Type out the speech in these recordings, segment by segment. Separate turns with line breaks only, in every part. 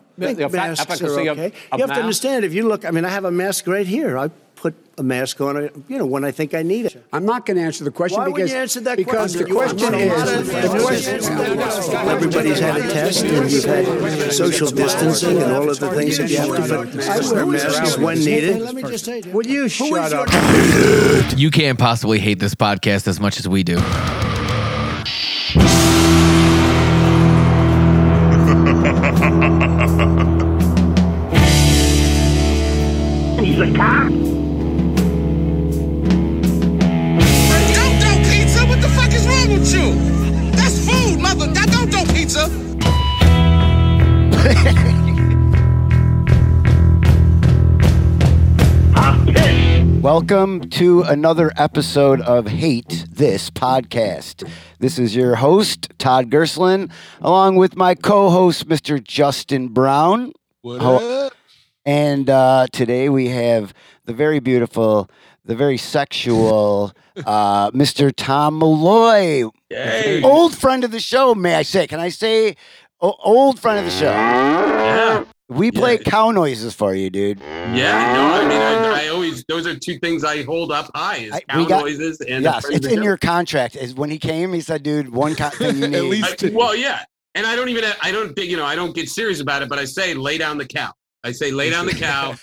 I think
the
masks
efficacy
are
of-
okay.
of
you have
masks-
to understand if you look. I mean, I have a mask right here. I put a mask on, uh, you know, when I think I need it.
I'm not going to answer the question
Why would
because
you answer that
because
question?
the question
You want a lot
is
of
the question.
Everybody's had a test, and you've had social distancing and all of the things that you have to. But I wear masks when
Let me
needed.
just say,
Will you shut up?
You can't possibly hate this podcast as much as we do.
He's a cop.
Don't do pizza. What the fuck is wrong with you? That's food, mother. That don't do pizza.
Welcome to another episode of Hate This Podcast. This is your host, Todd Gerslin, along with my co host, Mr. Justin Brown. What up? And uh, today we have the very beautiful, the very sexual uh, Mr. Tom Malloy, old friend of the show, may I say? Can I say o- old friend of the show? Uh, We play cow noises for you, dude.
Yeah, no, I mean, I, I always those are two things I hold up high: is
uh, I- we
cow
got-
noises and
yes,
the
it's in your contract. Is when he came, he said, "Dude, one co- thing you need."
At least
I, well, yeah, and I don't even I don't think you know I don't get serious about it, but I say lay down the cow. I say lay down the cow,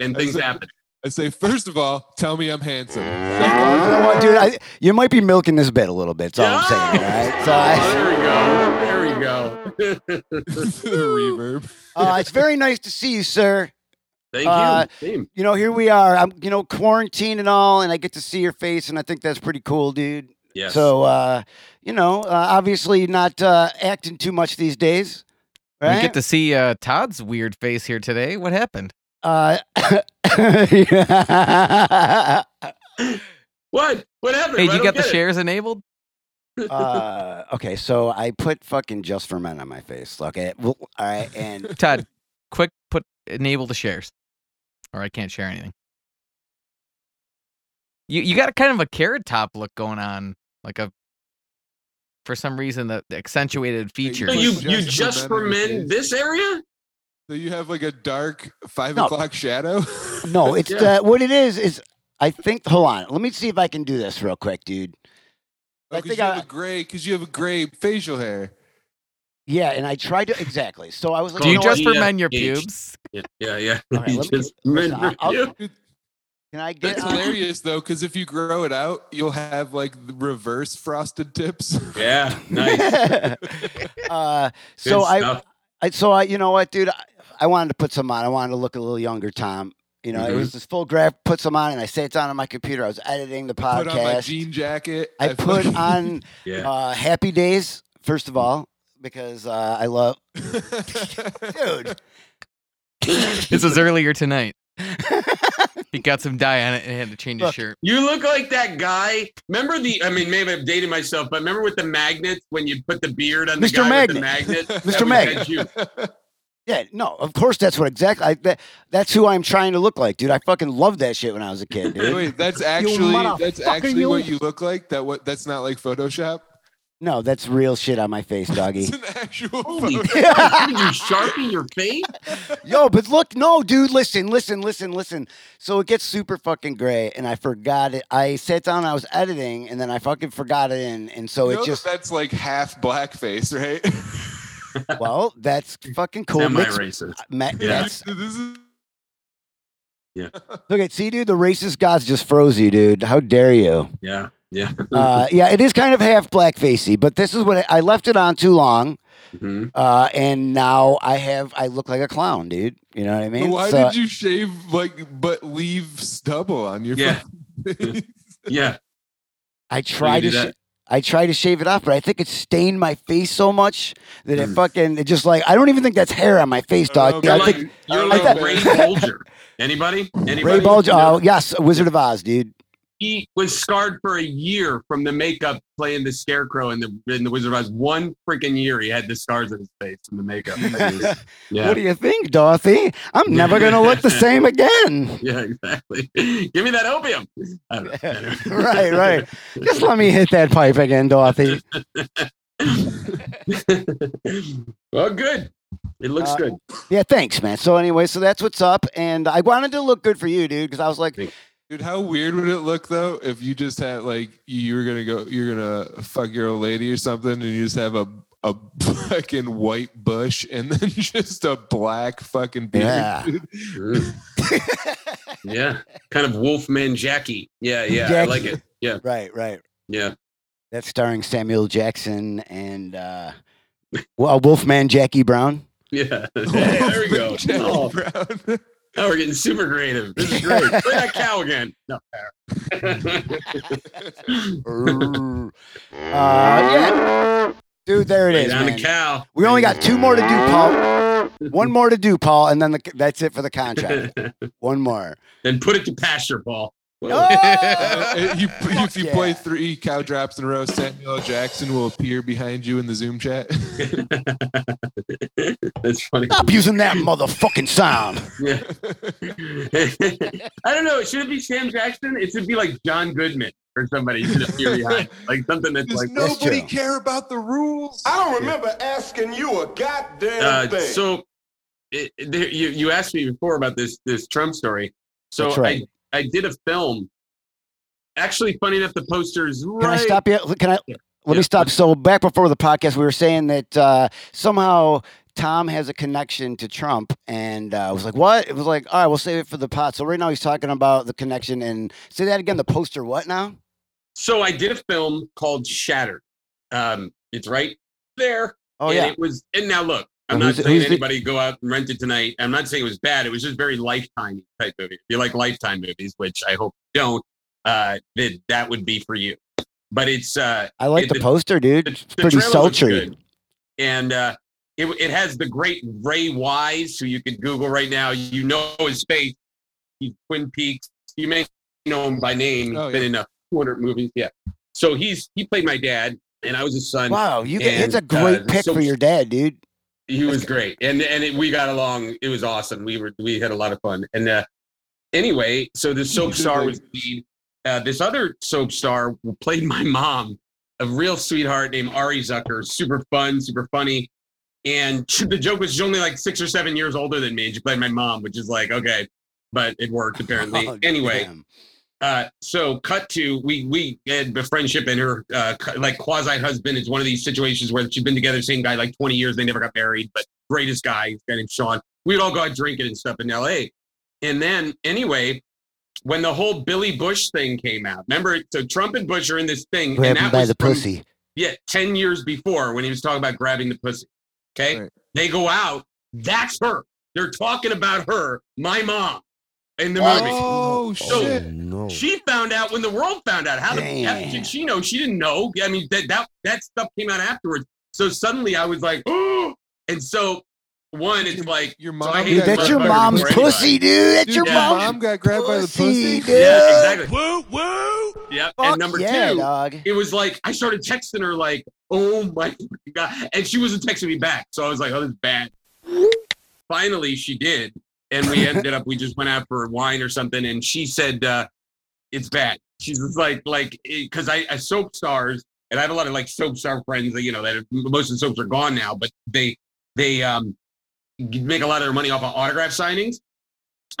and things happen.
I say, first of all, tell me I'm handsome.
you
Second,
know what, dude? I, you might be milking this bit a little bit. That's all I'm saying. All right. So I,
There we go, there we go.
the reverb.
uh, it's very nice to see you, sir.
Thank
Uh,
you. Same.
You know, here we are. I'm, you know, quarantined and all, and I get to see your face, and I think that's pretty cool, dude.
Yes.
So, uh, you know, uh, obviously not uh, acting too much these days, right?
We get to see uh, Todd's weird face here today. What happened?
Uh,
what? What happened?
Hey,
I
you
don't
got the
get it.
shares enabled?
uh, okay, so I put fucking just for men on my face. Okay, well, all right, and
Todd, quick, put enable the shares, or I can't share anything. You you got a kind of a carrot top look going on, like a for some reason the, the accentuated features.
So you
Just
you
for
just
men
for
on the
men
stage.
this area?
So you have like a dark five
No.
o'clock shadow. Oh,
no, it's
Yeah.
uh, what it is is I think. Hold on, let me see if I can do this real quick, dude. I
I
think
Oh, you
I-
have a gray because you have a gray facial hair.
Yeah, and I tried to exactly. So I was like,
Do you
know what?
just for
Yeah.
men your
Yeah.
pubes?
Yeah, yeah, yeah.
All right,
You
let me-
just men
listen, I'll-
for you.
Can I get?
That's
on-
hilarious though, because if you grow it out, you'll have like the reverse frosted tips.
Yeah, nice.
uh, so
Good
I,
stuff.
I, so I, you know what, dude, I, I wanted to put some on. I wanted to look a little younger, Tom. You know, it
Mhm.
was this full graph. Put some on, and I sat down on my computer. I was editing the podcast.
Put on my jean jacket.
I put
fucking-
on
Yeah.
uh, Happy Days first of all because uh, I love, dude.
This was earlier tonight. he got some dye on it and had to change his
Look.
shirt.
You look like that guy. Remember the? I mean, maybe I've dated myself, but remember with the magnets when you put the beard on the
Mr.
guy
Magnet.
with the magnet. That
Mr.
was-
Magnet.
that's you.
Yeah, no, of course that's what exactly. I, that, that's who I'm trying to look like, dude. I fucking loved that shit when I was a kid, dude.
Wait, that's actually that's
motherfucker,
actually
you.
what you look like. That what? That's not like Photoshop.
No, that's real shit on my face, doggy.
It's an actual.
Holy
photo-
fuck, Did you sharpie your face?
Yo, but look, no, dude, listen, listen, listen, listen. So it gets super fucking gray, and I forgot it. I sat down, I was editing, and then I fucking forgot it in, and so
You know
it
that
just
that's like half blackface, right?
well, that's fucking cool.
Am I
Mixed-
racist?
ma- that's-
this is
look at see, dude, the racist gods just froze you, dude. How dare you?
Yeah, yeah.
Uh, yeah, it is kind of half blackfacey, but this is what I, I left it on too long,
Mhm.
uh, and now I have I look like a clown, dude. You know what I
But
mean?
Why
So-
did you shave like but leave stubble on your
Yeah.
face?
Yeah,
I try to
do
sh-
that?
I try to shave it off, but I think it stained my face so much that it
Mm.
fuck- it just like I don't even think that's hair on my face,
I
dog.
don't know,
I
you're
think
Oh, like, you're
I
like
thought-
Ray Bolger. Anybody? Anybody?
Ray Bulger.
No.
Oh yes, Wizard of Oz, dude.
He was scarred for a year from the makeup playing the Scarecrow in the in the Wizard of Oz. One freaking year, he had the scars on his face from the makeup. Yeah.
What do you think, Dorothy? I'm never gonna look the same again.
Yeah, exactly. Give me that opium. I don't know.
right, right. Just let me hit that pipe again, Dorothy.
well, good. It looks
Uh,
good.
Yeah, thanks, man. So anyway, so that's what's up, and I wanted to look good for you, dude, because I was like,
Dude, how weird would it look though if you just had like you were gonna go, you're gonna fuck your old lady or something, and you just have a a fucking white bush and then just a black fucking beard.
Yeah.
Sure. yeah. Kind of Wolfman Jackie. Yeah, yeah. I like
Jackie.
it. Yeah,
right, right.
yeah.
That's starring Samuel Jackson and uh, well, Wolfman Jackie Brown.
Yeah. there we go.
Jack
Oh,
Brown.
now we're getting super creative. This is great. Play that cow again. No.
Err. uh, yeah. Dude, there it
Lay
is.
down
man.
the cow.
We only got two more to do, Paul. One more to do, Paul, and then the, that's it for the contract. One more.
Then put it to pasture, Paul.
Oh!
Uh, you, if you
yeah.
play three cow drops in a row, Samuel L. Jackson will appear behind you in the Zoom chat.
That's funny.
Stop using that motherfucking sound.
Yeah. I don't know. Should it be Sam Jackson? It should be like John Goodman or somebody. You should appear behind. Like something that's
Does
like
nobody
true.
care about the rules?
I don't remember asking you a goddamn
Uh,
thing.
so it, it- there, you you asked me before about this this Trump story. So
That's right.
I I did a film. Actually, funny enough, the posters right.
Can I stop you? Can I? Let
Yeah.
me stop. So back before the podcast, we were saying that uh, somehow Tom has a connection to Trump, and uh, I was like, "What?" It was like, "All right, we'll save it for the pot." So right now he's talking about the connection, and say that again. The poster, what now?
So I did a film called Shattered. Um, it's right there.
Oh
and
yeah,
it was. And now look, I'm
Now
not
who's-
saying
who's the-
anybody go out and rent it tonight. I'm not saying it was bad. It was just very lifetime type movie. If you like lifetime movies, which I hope you don't, uh, that that would be for you. But it's uh,
I like
it-
the,
the-
poster, dude. It's pretty
trailer looks
sultry.
good. And uh, it, it has the great Ray Wise, who you could Google right now. You know his face. He's Twin Peaks. You may know him by name. He's
Oh,
been
yeah.
in uh, 200 movies. Yeah. So he's he played my dad, and I was his son.
Wow, you get, it's a
and, uh,
great pick
so-
for your dad, dude.
He was great, and and it, we got along. It was awesome. We were we had a lot of fun. And uh, anyway, so the soap star was the lead. Uh, this other soap star played my mom, a real sweetheart named Ari Zucker, super fun, super funny. And she- the joke was she's only like six or seven years older than me, and she played my mom, which is like okay, but it worked apparently.
Oh,
anyway,
damn.
uh, so cut to we we had a friendship and her uh, cu- like quasi husband is one of these situations where she's been together same guy like 20 years they never got married but greatest guy this guy named Sean we'd all go out drinking and stuff in L.A. and then anyway when the whole Billy Bush thing came out remember so Trump and Bush are in this thing
grab
and
him
that
by
was
the
from-
pussy.
yeah 10 years before when he was talking about grabbing the pussy okay
Right.
they go out that's her they're talking about her my mom in the movie
Oh
So-
shit!
no.
she found out when the world found out. How the
Damn.
F did she know? She didn't know. I mean, that that that stuff came out afterwards. So suddenly I was like, oh. And so one, it's like
Your
so
mom.
I hate
got
Dude,
that
that's your
motherfucker
mom's
before anybody.
pussy, dude. That's
Dude,
your
your
mom,
mom's
got grabbed
pussy,
by the pussy.
dude.
Yeah, exactly.
Woo, woo.
Yep.
Fuck
and number
yeah,
two,
dog.
it was like I started texting her like, "Oh my god," and she wasn't texting me back. So I was like, "Oh, this is bad." Finally, she did, and we ended up. We just went out for wine or something, and she said, uh, "It's bad." She's just like, like, because I, I soap stars, and I have a lot of like soap star friends. You know, that are- most of the soaps are gone now, but they they um make a lot of their money off of autograph signings.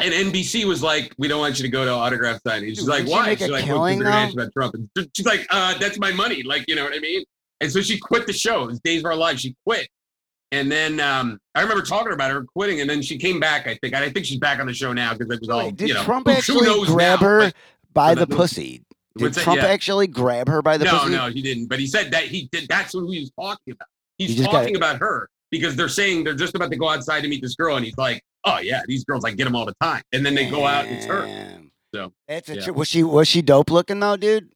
And NBC was like, "We don't want you to go to autograph signings." She's
Dude,
like,
didn't she
"Why?"
make a
She's like, "Well,
killing,
'cause they're gonna ask you about Trump." And she's like, uh, "That's my money." Like, you know what I mean? And so she quit the show. It was Days of Our Lives. She quit. And then um, I remember talking about her quitting, and then she came back. I think. And I think she's back on the show now because it was all.
Wait, did
you know,
Trump
who- who
actually
knows
grab
now,
her
but-
by
But
the
that-
pussy? Did
What's that?
Trump
Yeah.
actually grab her by the
no,
pussy?
no, he didn't. But he said that he did. That's who he was talking about.
You
He's
just gotta-
talking about her because they're saying they're just about to go outside to meet this girl, and he's like, "Oh yeah, these girls I get them all the time," and then they go out and it's her.
Damn.
So,
that's a
yeah.
tr- was she was she dope looking though, dude?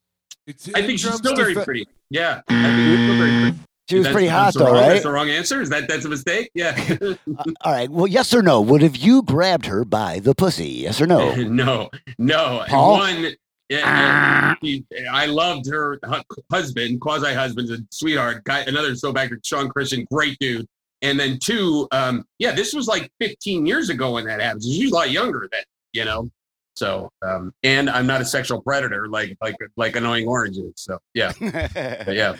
It's
I
in
think she's
Trump's
still very
defe-
pretty. Yeah, I think she's still very pretty.
She was
That's-
pretty hot
that's the
though,
wrong-
right?
That's the wrong answer. Is that that's a mistake? Yeah.
Uh, all right. Well, yes or no? Would have you grabbed her by the pussy? Yes or no?
no, no.
Paul? Ah.
One, yeah, he- I loved her hu- husband, quasi husband, a sweetheart, guy, another so back Sean Christian, great dude. And then two, um, yeah, this was like 15 years ago when that happened. She's a lot younger then, you know. So, um, and I'm not a sexual predator like like like annoying oranges. So, yeah, but yeah.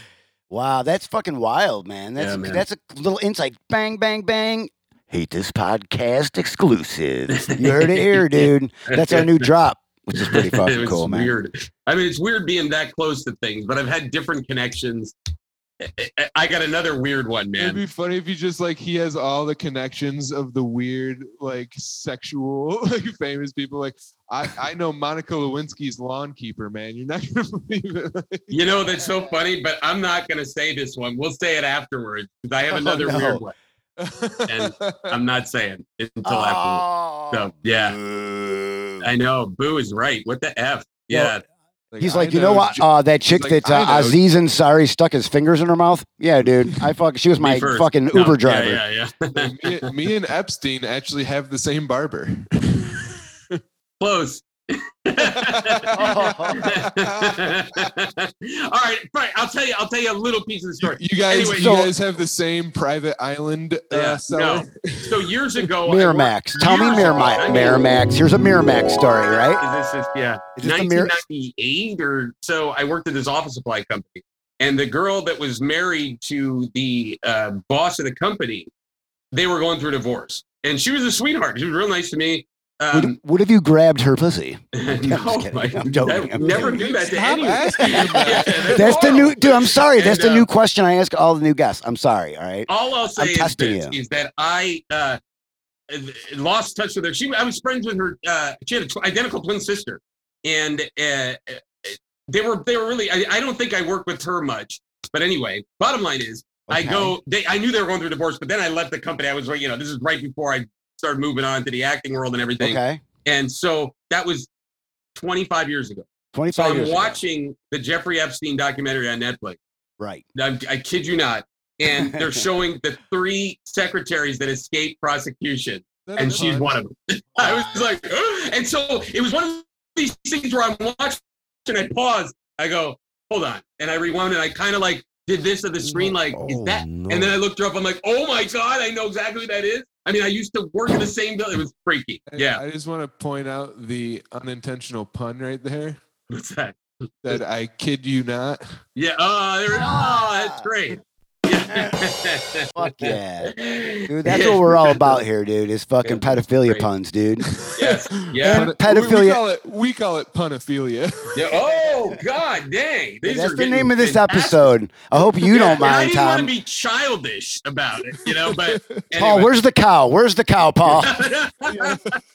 Wow, that's fucking wild, man. That's
Yeah, man.
that's a little insight. Bang, bang, bang. Hate this podcast exclusive. You heard it here, dude. That's our new drop, which is pretty fucking
it's
cool, man.
weird. I mean, it's weird being that close to things, but I've had different connections. I- I- I got another weird one,
It'd
man.
be funny if you just like he has all the connections of the weird, like sexual, like famous people. Like I, I know Monica Lewinsky's lawn keeper, man. You're not gonna believe it.
You know, that's so funny, but I'm not going to say this one. We'll say it afterwards because I have
Oh,
another
no.
weird one. And um, I'm not saying it until afterwards.
Oh,
So, yeah. Uh, I know. Boo is right. What the F? Yeah.
He's
I
like, you know what?
J-
Uh, that chick
He's like,
that uh,
I know.
Aziz Ansari stuck his fingers in her mouth. Yeah, dude. I fuck. She was my
first.
fucking
No,
Uber driver.
Yeah, yeah, yeah.
Uh,
me, me and Epstein actually have the same barber.
Close. All right, fine. I'll tell you. I'll tell you a little piece of
You,
the story.
you guys,
Anyway,
you
so-
guys have the same private island. Uh,
Yeah,
cellar?
So years
Oh,
ago, I
Miramax.
worked-
Tell me
years ago- I
Miramax.
mean,
Miramax. Here's a Miramax story, right?
This is yeah,
Is this the mirror?
1998 or so. I worked at this office supply company, and the girl that was married to the uh, boss of the company, they were going through a divorce, and she was a sweetheart. She was real nice to me. Um,
Would, would have you grabbed her pussy?
no,
kidding.
I-
I'm joking.
I
I'm
never
joking.
do that to
Stop
anyone.
asking him
Yeah,
that.
that's
That's the
horrible.
new dude. I'm sorry. That's
And,
the
uh,
new question I ask all the new guests. I'm sorry. All right.
All I'll say is
testing
this:
you.
is that I uh, lost touch with her. She, I was friends with her. Uh, she had an identical twin sister, and uh, they were they were really. I, I don't think I worked with her much, but anyway, bottom line is I
Okay.
go. They, I knew they were going through a divorce, but then I left the company. I was right. You know, this is right before I started moving on to the acting world and everything.
Okay.
And so that was 25 years ago. So
25
I'm
years. ago.
watching the Jeffrey Epstein documentary on Netflix.
Right.
I'm, I kid you not. And they're showing the three secretaries that escaped prosecution,
That'd
and
be
she's
fun.
one of them. I was like, "Ugh." and so it was one of these things where I'm watching, I pause, I go, hold on, and I rewound, and I kind of like did this to the screen, like,
Oh,
is that? And then I looked her up, I'm like, oh my god, I know exactly who that is. I mean, I used to work in the same building. It was freaky.
I-
Yeah,
I just want to point out the unintentional pun right there.
what's that?
That I kid you not.
Yeah. Oh, there. Oh, that's great. Yeah.
Fuck yeah. Dude, that's what we're all about here, dude, is fucking
Yeah,
pedophilia
great.
puns, dude.
Yes. Yeah.
We-
And
We,
pedophilia-
call it we call it punophilia.
Yeah. Oh God, dang! These
That's
are
the
getting
name of this
fantastic.
episode. I hope you
Yeah,
don't
and I
mind,
didn't want
Tom.
to be childish about it, you know. But
Paul,
anyway.
where's the cow? Where's the cow, Paul?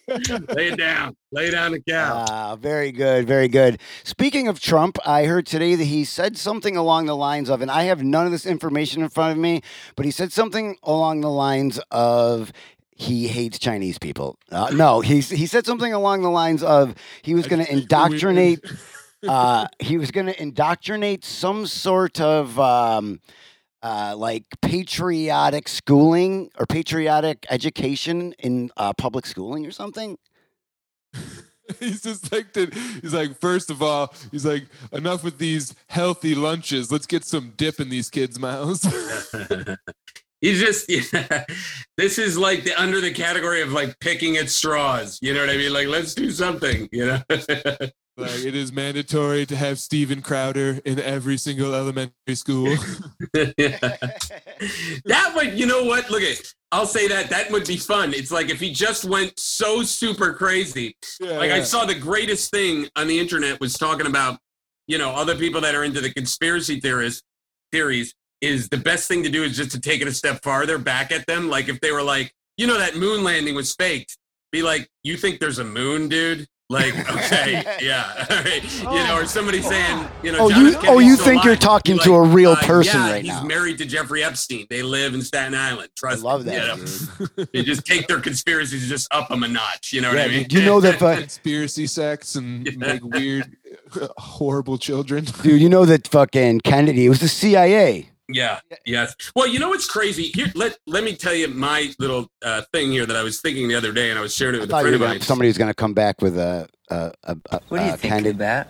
lay it down, lay down the cow.
Ah, very good, very good. Speaking of Trump, I heard today that he said something along the lines of, and I have none of this information in front of me, but he said something along the lines of he hates Chinese people. Uh, no, he he said something along the lines of he was going to indoctrinate. uh, he was going to indoctrinate some sort of. Um, uh, like patriotic schooling or patriotic education in uh, public schooling or something.
he's just like did, he's like first of all he's like enough with these healthy lunches. Let's get some dip in these kids' mouths.
He's just this is like the under the category of like picking at straws. You know what I mean? Like let's do something. You know?
like it is mandatory to have Steven Crowder in every single elementary school.
that would you know what? Look at. I'll say that that would be fun. It's like if he just went so super crazy.
Yeah,
like I
yeah.
saw the greatest thing on the internet was talking about, you know, other people that are into the conspiracy theorists theories is the best thing to do is just to take it a step farther back at them. Like if they were like, you know, that moon landing was faked, be like, you think there's a moon, dude? Like, okay, yeah, all right, you know, or somebody saying, you know,
Oh,
John
you-
F.
oh,
Kennedy's
you
still
think you're
alive.
talking
Be uh,
to a real person
yeah,
right
he's
now."
married to Jeffrey Epstein. They live in Staten Island.
I
Trust
love
me,
that.
you know?
dude.
They just take their conspiracies and just up them a notch. You know what
Yeah,
I mean?
dude, you know that, fu-
conspiracy sects and
Yeah.
like weird, horrible children.
dude. You know that fucking Kennedy. It was the CIA.
Yeah. Yes. Well, you know what's crazy? Here, let let me tell you my little uh, thing here that I was thinking the other day, and I was sharing it
I
with a
thought you
friend
were
of
gonna,
mine.
somebody was going to come back with a a a, a,
What
Uh,
do you
a
think
Kennedy.
about?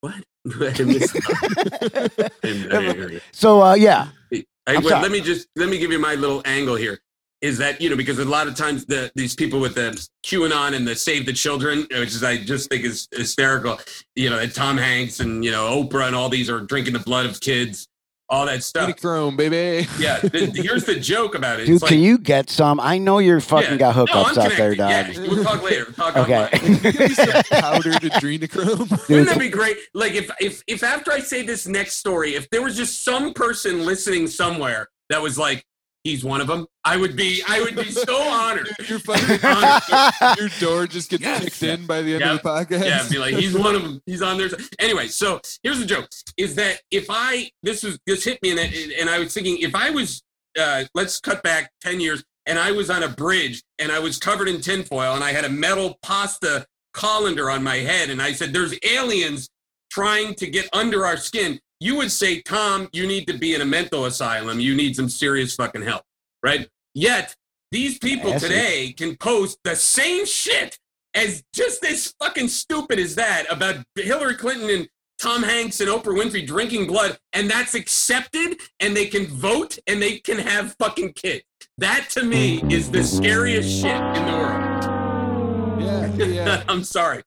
What? I missed that. I didn't- I didn't hear you.
So uh, yeah,
I-
I'm
wait,
sorry.
let me just let me give you my little angle here. Is that you know because a lot of times the these people with the QAnon and the Save the Children, which is I just think is hysterical. You know, that Tom Hanks and you know Oprah and all these are drinking the blood of kids all that stuff.
Chrome, baby.
Yeah, the, here's the joke about it.
Dude,
It's like-
can you get some? I know you're fucking
Yeah.
got
No,
hookups
I'm
out there,
connected.
Don.
Yeah, we'll talk later. We'll talk
Okay.
online.
Give me some powdered adrenochrome.
Wouldn't that be great? Like if if if after I say this next story, if there was just some person listening somewhere that was like, he's one of them, I would be I would be so honored.
Dude, Your fucking your door just gets
Yes.
kicked in by the end of the
Yeah, I'd
podcast.
be like, he's one of them. He's on there. Anyway, so here's the joke: is that if I this was this hit me, and I, and I was thinking if I was uh, let's cut back ten years, and I was on a bridge, and I was covered in tinfoil, and I had a metal pasta colander on my head, and I said, "There's aliens trying to get under our skin." You would say, Tom, you need to be in a mental asylum. You need some serious fucking help, right? Yet these people
Yes.
today can post the same shit as just as fucking stupid as that about Hillary Clinton and Tom Hanks and Oprah Winfrey drinking blood, and that's accepted, and they can vote, and they can have fucking kids. That to me is the scariest shit in the world.
Yeah, yeah,
I'm sorry.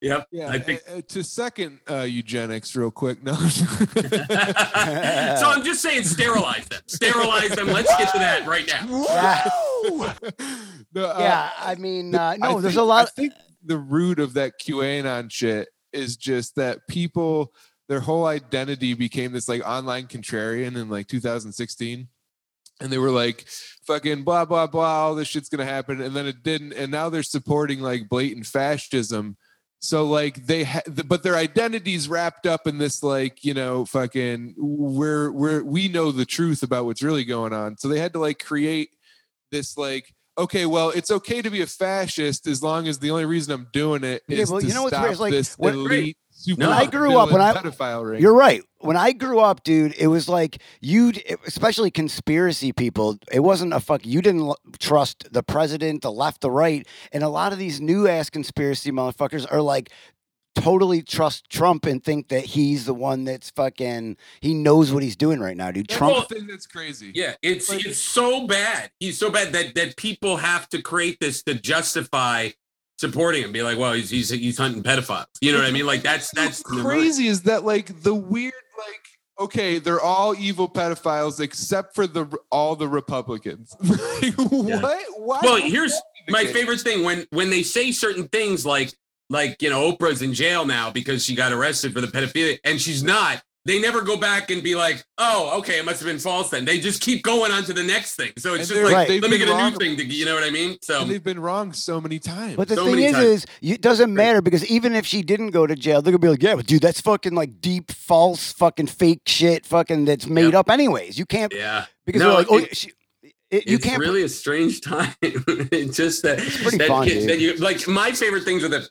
Yep.
yeah.
I think.
Uh, uh, to second uh, eugenics, real quick. No.
so I'm just saying, sterilize them. Sterilize them. Let's get to that right now.
Yeah,
No, uh,
yeah, I mean,
I
uh, no, there's
think- I
a lot.
think the root of that QAnon shit is just that people, their whole identity became this like online contrarian in like 2016. And they were like, fucking blah, blah, blah, all this shit's going to happen. And then it didn't. And now they're supporting like blatant fascism. So like they, ha- th- but their identity's wrapped up in this like you know fucking we're we're we know the truth about what's really going on. So they had to like create this like okay, well it's okay to be a fascist as long as the only reason I'm doing it
Yeah,
is
well,
to
you know what's
stop
weird? It's like,
this
when-
elite.
When I grew up, when I-
supervillain pedophile ring.
You're right. When I grew up, dude, it was like you, especially conspiracy people. It wasn't a fuck. You didn't l- trust the president, the left, the right, and a lot of these new ass conspiracy motherfuckers are like totally trust Trump and think that he's the one that's fucking. He knows what he's doing right now, dude.
That's
Trump.
the thing that's crazy.
Yeah, it's
Like-
it's so bad. He's so bad that that people have to create this to justify supporting him. Be like, well, he's he's he's hunting pedophiles. You know what I mean? Like that's that's
What's crazy is that like the weird like okay they're all evil pedophiles except for the all the republicans like, what why
Well,
would
here's
that be the
my
case?
favorite thing when when they say certain things like like you know Oprah's in jail now because she got arrested for the pedophilia and she's not. They never go back and be like, oh, okay, it must have been false then. They just keep going on to the next thing. So
And
it's just
they're-
like,
Right.
they've
let me
been
get a
wrong-
new thing to, you know what I mean? So
and they've been wrong so many times
But the
So
thing
many
is,
times.
is you, it doesn't matter because even if she didn't go to jail, they're gonna be like, "Yeah, but dude, that's fucking like deep, false, fucking fake shit, fucking that's made
Yep.
up anyways." You can't
yeah.
because
No,
they're like, "Oh,
it-
she, it, you
it's
can't."
really a strange time. it's just that,
pretty
that,
fun, dude.
that you like my favorite things are the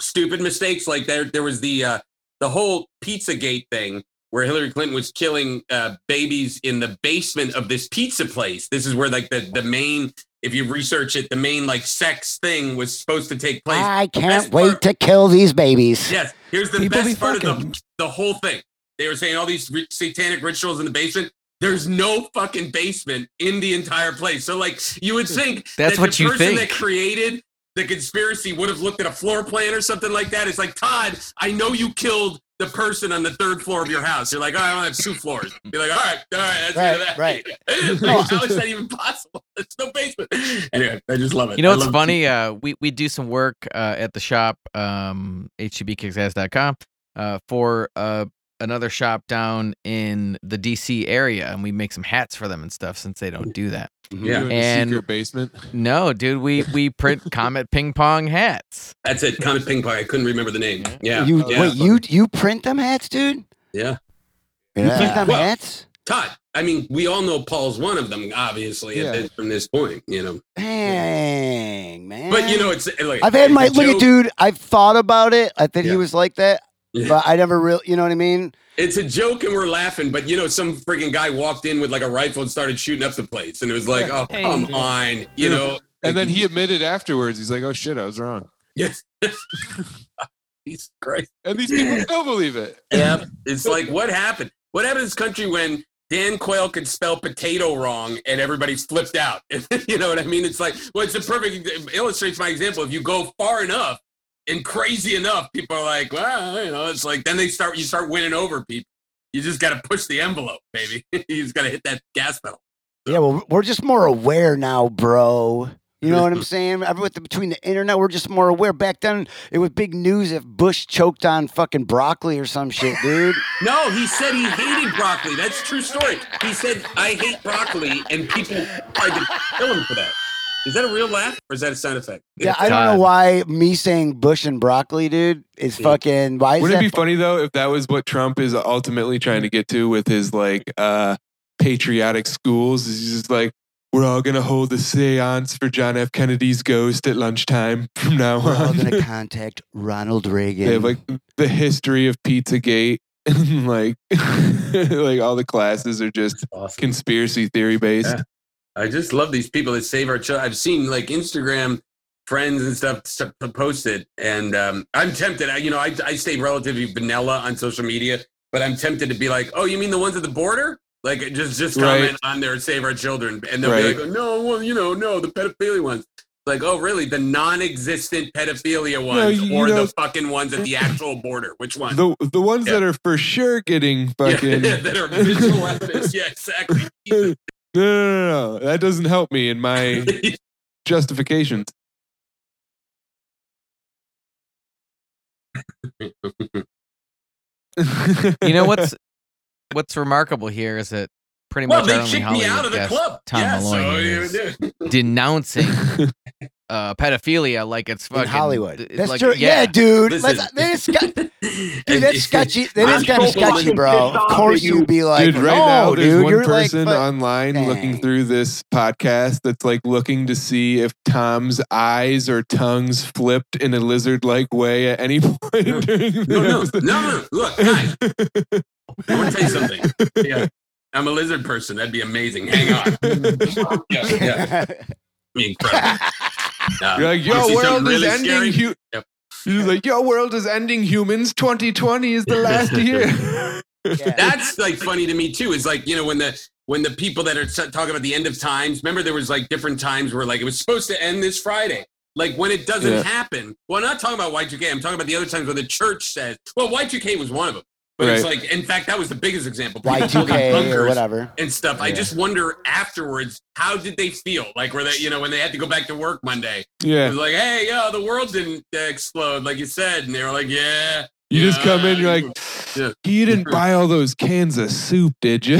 stupid mistakes. Like there there was the uh the whole Pizzagate thing where Hillary Clinton was killing uh babies in the basement of this pizza place. This is where like the the main if you research it, the main like sex thing was supposed to take place.
I
That's
can't
part-
wait to kill these babies.
Yes. Here's the
People be
best part of
fucking.
the, the whole thing. They were saying all these ri- satanic rituals in the basement. There's no fucking basement in the entire place. So, like, you would think
That's
that
what
the
you
person
think.
that created the conspiracy would have looked at a floor plan or something like that. It's like, Todd, I know you killed the person on the third floor of your house. You're like, oh, I only have two floors. You're like, all right, all right, that's
Right, right.
right. like, how is that even possible? There's no basement. Anyway, I just love it.
You know,
I
it's
love-
funny. Uh, we we do some work uh, at the shop, um, hgbkickass.com, uh, for uh, another shop down in the DC area, and we make some hats for them and stuff since they don't do that.
You're
Mhm. Yeah,
in a
And-
secret basement
No, dude, we we print Comet Ping Pong hats.
that's it. Comet Ping Pong. I couldn't remember the name. Yeah.
You
yeah.
wait, you you print them hats, dude?
Yeah.
You print
Yeah.
them
Well-
hats?
Todd, I mean, we all know Paul's one of them, obviously, at
Yeah.
this- from this point, you know.
Dang, man.
But you know, it's eh, like
I've had my
it's a
look at
joke-
dude. I've thought about it. I think he
Yeah.
was like that,
Yeah.
but I never really, you know what I mean?
It's a joke, and we're laughing. But you know, some freaking guy walked in with like a rifle and started shooting up the place, and it was like, oh
Hey.
come on, you know.
and then he admitted afterwards he's like oh shit i was wrong
Yes. Jesus Christ.
and these people still believe it
Yeah. It's like what happened? What happened to this country when Dan Quayle could spell potato wrong and everybody flipped out? you know what I mean? It's like, well, it's a perfect it illustrates my example. If you go far enough and crazy enough, people are like, well, you know, it's like then they start you start winning over people. You just got to push the envelope, baby. you just got to hit that gas pedal.
Yeah, well, we're just more aware now, bro. You know what I'm saying? Ever With the, between the internet, we're just more aware. Back then, it was big news if Bush choked on fucking broccoli or some shit, dude.
No, he said he hated broccoli. That's a true story. He said, I hate broccoli, and people tried to kill him for that. Is that a real laugh or is that a sound effect?
yeah, I don't know
God.
why me saying Bush and broccoli, dude, is fucking. Why is
Wouldn't
that?
it be funny though if that was what Trump is ultimately trying to get to with his like uh patriotic schools? Is he's just like we're all gonna hold a séance for John F. Kennedy's ghost at lunchtime from now
we're all
on.
gonna contact Ronald Reagan.
They have like the history of Pizzagate and like like all the classes are just
Awesome.
conspiracy theory based.
Yeah. I just love these people that save our children. I've seen like Instagram friends and stuff st- post it, and um, I'm tempted. I, you know, I, I stay relatively vanilla on social media, but I'm tempted to be like, "Oh, you mean the ones at the border?" Like just just comment on their save our children, and they'll
Right.
be like, oh, "No, well, you know, no, the pedophilia ones." Like, oh, really? The non-existent pedophilia ones,
you- you
or
know-
the fucking ones at the actual border? Which one?
The the ones
Yeah.
that are for sure getting
yeah,
fucking
that are visual evidence. Yeah, exactly.
no, no, no, no. That doesn't help me in my justifications.
You know what's what's remarkable here is that pretty
Well,
much
they
our only
kicked me
Hollywood
out of the
guest,
club.
Tom
yeah,
Malloy
so
here
you
is-
do-
denouncing uh, pedophilia like it's
in
fucking
Hollywood.
it's
That's
like-
true. Yeah, dude.
Listen.
Let's, that is scu- dude, that's sketchy. That is
I'm
kind of
so fucking
sketchy, bro.
pissed
Of
off
course
at you.
you'd be like,
dude, right
no,
now there's
dude,
one
you're like,
person
fuck-
online looking
Dang.
through this podcast that's like looking to see if Tom's eyes or tongues flipped in a lizard-like way at any point. during the
No, no, no,
episode.
no. Look, guys, I want to tell you something. Yeah. I'm a lizard person. That'd be amazing. Hang on. Yeah, yeah. Be Incredible. Uh,
You're like,
you
yo,
see
world
something
is
really scary?
ending. Hu-.
Yep.
He's like, yo, world is ending. Humans, 2020 is the last year.
Yeah.
That's like funny to me too. Is like you know when the when the people that are t- talking about the end of times. Remember, there was like different times where like it was supposed to end this Friday. Like when it doesn't
Yeah.
happen. Well, I'm not talking about Y2K. I'm talking about the other times where the church says, "Well, Y2K was one of them." But it's
Right.
like, in fact, that was the biggest example. People called them
Y2K or
bunkers
whatever.
and stuff. I just wonder afterwards, how did they feel? Like, were they, you know, when they had to go back to work Monday? It
yeah.
was like, hey, yo, the world didn't uh, explode, like you said. And they were like, yeah.
You just
yeah,
come in, you're like,
Yeah.
you didn't buy all those cans of soup, did you?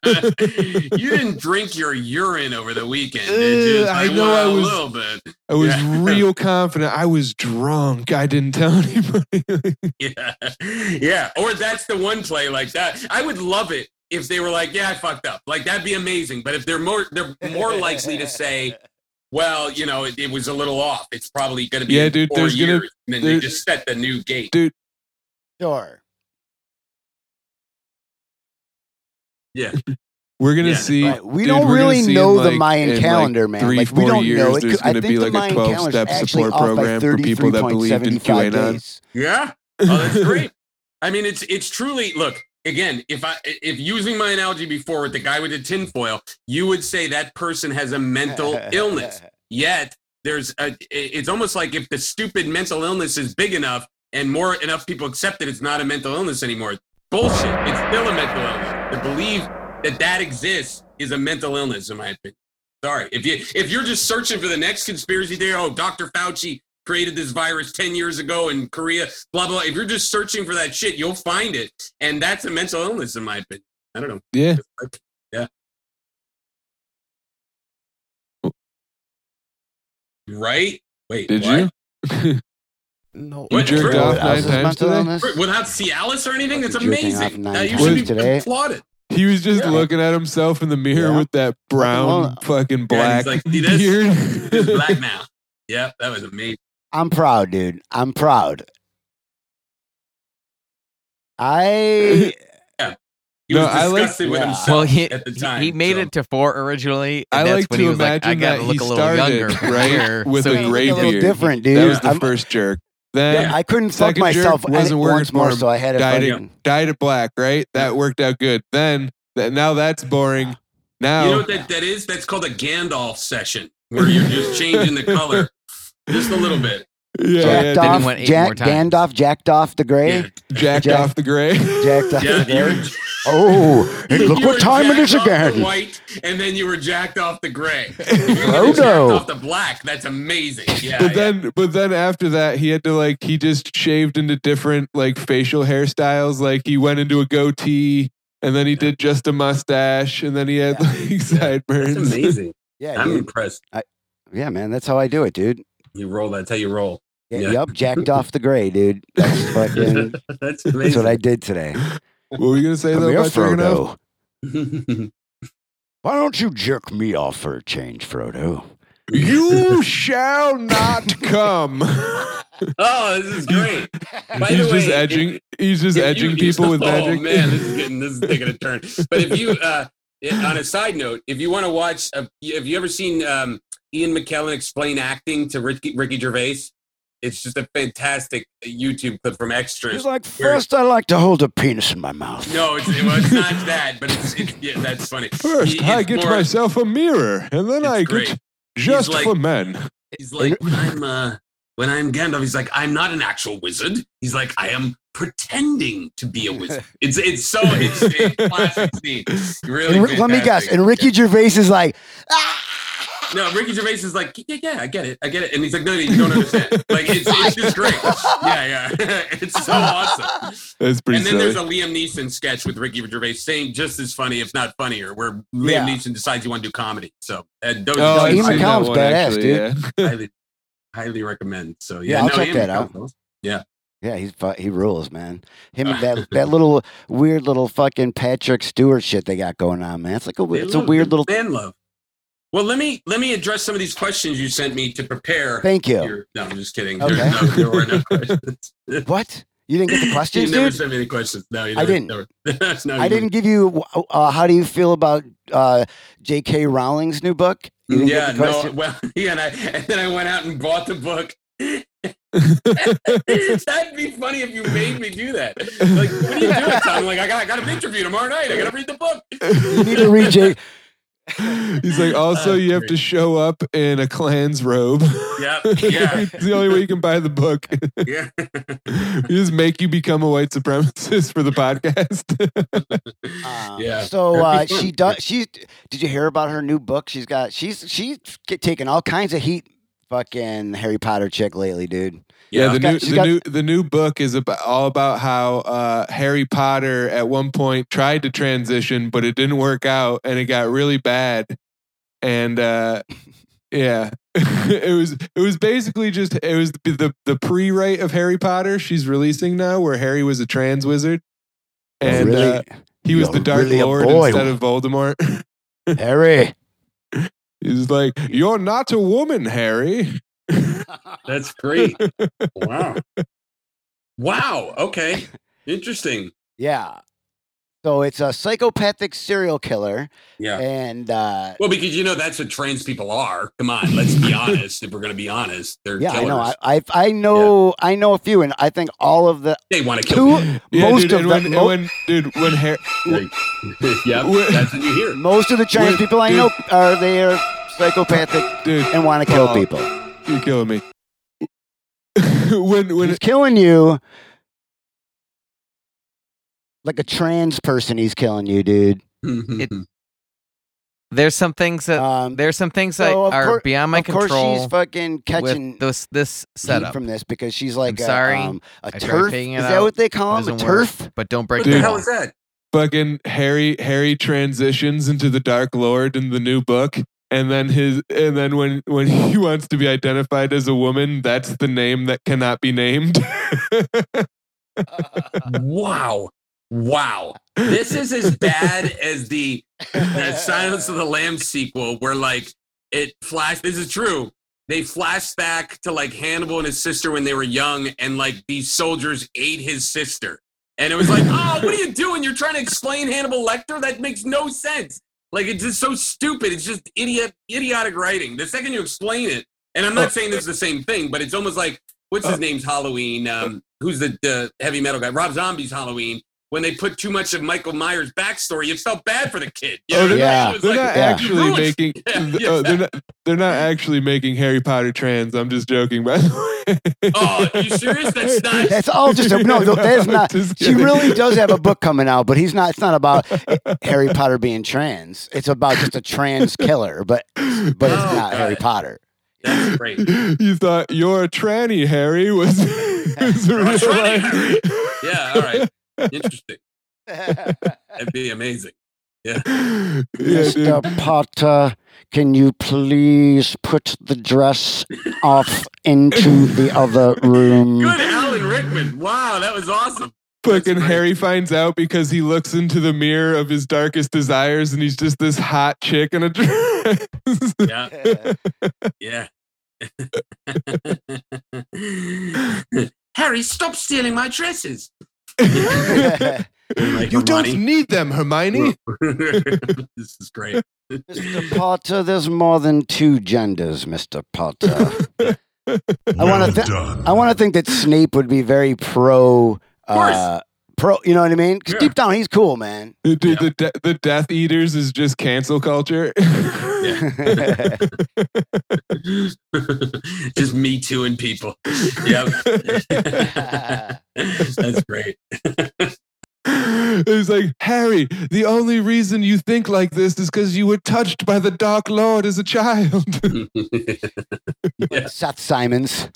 you didn't drink your urine over the weekend, did you?
Uh,
It's
I
like,
know
well,
I was-
a little bit.
I was
Yeah.
real confident. I was drunk. I didn't tell anybody.
Yeah, yeah. Or that's the one play like that. I would love it if they were like, "Yeah, I fucked up." Like that'd be amazing. But if they're more, they're more likely to say, "Well, you know, it, it was a little off. It's probably going to be
Yeah,
in
dude,
4
there's gonna-
years." and then they
there-
just set the new gate.
Sure.
We're gonna
Yeah,
see.
Right. We
dude,
don't
we're gonna
really
see
know
in,
the
like-
Mayan
in, like,
calendar, man.
Three,
like
four
we don't
years,
know. It
there's
could- I
going to
think
be
the
like a
Mayan
12
calendar's
step
actually
support
off by
program for people that believed in
33.75
QAnon.
days.
Yeah. Oh, that's great. I mean, it's it's truly look again. If I if using my analogy before with the guy with the tinfoil, you would say that person has a mental illness. Yet there's a. It's almost like if the stupid mental illness is big enough and more enough people accept it, it's not a mental illness anymore. Bullshit. It's still a mental illness. To believe that that exists is a mental illness, in my opinion. Sorry, if you if you're just searching for the next conspiracy theory, oh, Dr. Fauci created this virus 10 years ago in Korea, blah, blah. If you're just searching for that shit, you'll find it. And that's a mental illness, in my opinion. I don't know.
Yeah.
Right? Wait,
Did
what?
you?
Oh,
no
You
What?
jerked
True.
off
What else
nine
is
times
mental
today.
illness?
Wait, Without Cialis or anything? That's
Fucking jerking off
amazing.
nine
Now you
times
should be
today.
applauded.
He was just
Yeah.
looking at himself in the mirror
Yeah.
with that brown
Fucking
fucking
Yeah,
black
he's like, "See this? It's
beard.
black now. Yep, that was amazing.
I'm proud, dude. I'm proud. I
He
No,
was
I like-
disgusted with
Yeah.
himself
well he,
at the
he-
time.
he made
so-
it to four originally and
I
that's
like
when
to
he was like i
imagine
gotta
that
look
he
a little
started,
younger from
right,
here,"
with
so
a
I
he-
look
gray
a little
beard.
different, dude.
that was the
I'm-
first jerk. Then
Yeah.
I couldn't fuck
Second jerk
myself
wasn't
I-
working
once
for
more,
him.
so I had to
Dyed it.
fucking.
dyed it black, right? That worked out good. Then that now that's boring. Now
You know what that, that is? That's called a Gandalf session where you're just changing the color just a little bit.
Yeah,
Jacked
yeah,
Then he
off,
went eight
Jack,
more times.
Gandalf, jacked off the gray,
Yeah.
jacked
Jack-
off the gray.
jacked off
Yeah,
the gray.
you're-
Oh, and look
You
what
were
time it
jacked
is
off the
again.
White, and then you were jacked off the gray. If you
Oh,
were jacked off the black. That's amazing. Yeah.
But then, but then after that, he had to like he just shaved into different like facial hairstyles. Like he went into a goatee, and then he did just a mustache, and then he had
Yeah.
like sideburns.
amazing.
Yeah, dude.
impressed.
yeah, man, that's how I do it, dude.
You roll. That's how you roll.
Yeah,
Yeah.
Yup, jacked off the gray, dude. That's fucking.
that's
That's what I did today.
What were you gonna say
Come
though
here,
about Dragunov?
Frodo. Why don't you jerk me off for a change, Frodo?
You shall not come.
oh, this is great. By
he's
the
just
way,
edging.
if-
he's just
if
edging
you-
people with
oh,
magic.
man, this is getting this is taking a turn. But if you, uh, on a side note, if you want to watch, uh, have you ever seen um, Ian McKellen explain acting to Ricky, Ricky Gervais? It's just a fantastic YouTube clip from Extras.
He's like, first I like to hold a penis in my mouth.
No, it's, well, it's not that, but it's, it's yeah, that's funny.
First,
He-
I
it's
get
more-
myself a mirror, and then
It's
I
great.
get just
like-
for men.
He's like when I'm uh, when I'm Gandalf. He's like I'm not an actual wizard. He's like I am pretending to be a wizard. It's it's so it's a classic scene. Really,
And Ri- let me guess.
fantastic.
And Ricky Gervais is like,
No, Ricky Gervais is like, yeah, yeah, I get it, I get it, and he's like, no, no, you don't understand. Like it's it's just great. Yeah, yeah, it's so awesome.
That's pretty
and then
silly.
there's a Liam Neeson sketch with Ricky Gervais saying just as funny, if not funnier, where Liam
Yeah.
Neeson decides you want to do comedy. So uh, those,
oh, I've
Ian
seen
those I
that
McCallum's
one,
badass,
actually,
dude.
yeah.
highly, highly recommend. So yeah,
Yeah, I'll
no,
check
Ian
that
McCallum.
yeah, he's fu- he rules, man. Him and that that little weird little fucking Patrick Stewart shit they got going on, man. It's like a we-
They
it's a
love
weird
it.
little.
man love. Well, let me let me address some of these questions you sent me to prepare.
Thank you.
Your- no, I'm just kidding.
Okay.
There, no, there were no questions.
What? You didn't get the
you
questions,
never
dude?
sent me any questions. No, you
I
never,
didn't.
never- No, you
I didn't give you. Uh, how do you feel about uh, J.K. Rowling's new book? You didn't get
Yeah,
the
no.
question.
Well, yeah, and, I, and then I went out and bought the book. That'd be funny if you made me do that. Like, what are you doing? Tom? I'm like, I got, I got an interview tomorrow night. I got to read the book.
You need to read J.
He's like, also,
Uh,
you have
great.
to show up in a Klan's robe.
Yeah, yeah,
it's the only way you can buy the book.
yeah.
we just make you become a white supremacist for the podcast.
Um,
Yeah.
So
That'd
uh,
be fun.
she does. She did you hear about her new book? She's got. She's she's get, taking all kinds of heat. Fucking Harry Potter chick lately, dude.
yeah, the
She's got-
new
she's
the
got-
new the new book is about all about how uh, Harry Potter at one point tried to transition, but it didn't work out, and it got really bad. And uh, yeah, it was it was basically just it was the the, the pre write of Harry Potter she's releasing now, where Harry was a trans wizard, and
really,
uh, he was
You're
the Dark
really a
Lord
boy.
instead of Voldemort.
Harry.
He's like, "You're not a woman, Harry."
That's great. Wow. Wow. Okay. Interesting.
Yeah. So it's a psychopathic serial killer,
Yeah.
and uh,
Well, because you know that's what trans people are. Come on, let's be honest. If we're going to be honest, they're
yeah, I
killers.
know. I I, I know. I know a few, and I think all of the
they want to kill.
two most
dude,
of
and
the
when, and
mo-
when- dude, when Harry,
yeah,
Wh-
that's what you hear.
most of the trans
Wait,
people I
dude.
know are they are psychopathic
dude,
and want to kill
Oh,
people.
you're killing me. when when
he's killing you like a trans person he's killing you dude
There's some things that
um
there's some things
so
that
of
are
cour-
beyond my
of course
control.
she's fucking catching
with this this
heat
setup.
from this because she's like
I'm sorry.
a, um, a
tried
turf
figuring
is
it
that
out.
what they
It
call him a
doesn't work.
turf
but don't break
What
Dude.
the
the
hell
law.
is that?
fucking Harry Harry transitions into the Dark Lord in the new book, and then his and then when when he wants to be identified as a woman, that's the name that cannot be named.
Wow. Wow. This is as bad as the, the Silence of the Lambs sequel, where like it flashed. This is true. They flash back to like Hannibal and his sister when they were young, and like these soldiers ate his sister. And it was like, oh, what are you doing? You're trying to explain Hannibal Lecter? That makes no sense. Like it's just so stupid. It's just idiot, idiotic writing. The second you explain it, and I'm
Oh.
not saying this is the same thing, but it's almost like what's his name's Halloween? Um, who's the, the heavy metal guy? Rob Zombie's Halloween. When they put too much of Michael Myers' backstory, it felt bad for the kid. You know
Oh,
what I mean?
yeah.
It was
they're
like,
not
Yeah.
actually
Ruined.
making
Yeah,
th- oh,
yeah.
uh, they're not they're not actually making Harry Potter trans. I'm just joking, by the way.
Oh, you serious? That's not.
That's all just a, no. no, That's
I'm
not.
just
She
kidding.
really does have a book coming out, but he's not. It's not about Harry Potter being trans. It's about just a trans killer, but but it's
Oh,
not
got
Harry
it.
Potter.
That's great.
you thought you're a tranny, Harry was, was a real life-
tranny, Harry. Yeah. All right. Interesting. That'd be amazing.
Yeah, dude.
Mr. Potter, can you please put the dress off into the other room?
Good, Alan Rickman. Wow, that was awesome.
Fucking
great.
Harry finds out because he looks into the mirror of his darkest desires, and he's just this hot chick in a dress.
Yeah. Yeah. Harry, stop stealing my dresses. Like
you don't
Hermione.
need them, Hermione.
this is great.
Mr. Potter, there's more than two genders, Mr. Potter. I want to. Th- I want to think that Snape would be very pro. Uh,
course.
pro. You know what I mean? 'Cause
Yeah.
deep down, he's cool, man.
Dude, the, de- the Death Eaters is just cancel culture.
Just me too and people. Yep. That's great.
it was like, Harry, the only reason you think like this is because you were touched by the Dark Lord as a child.
Seth Simons.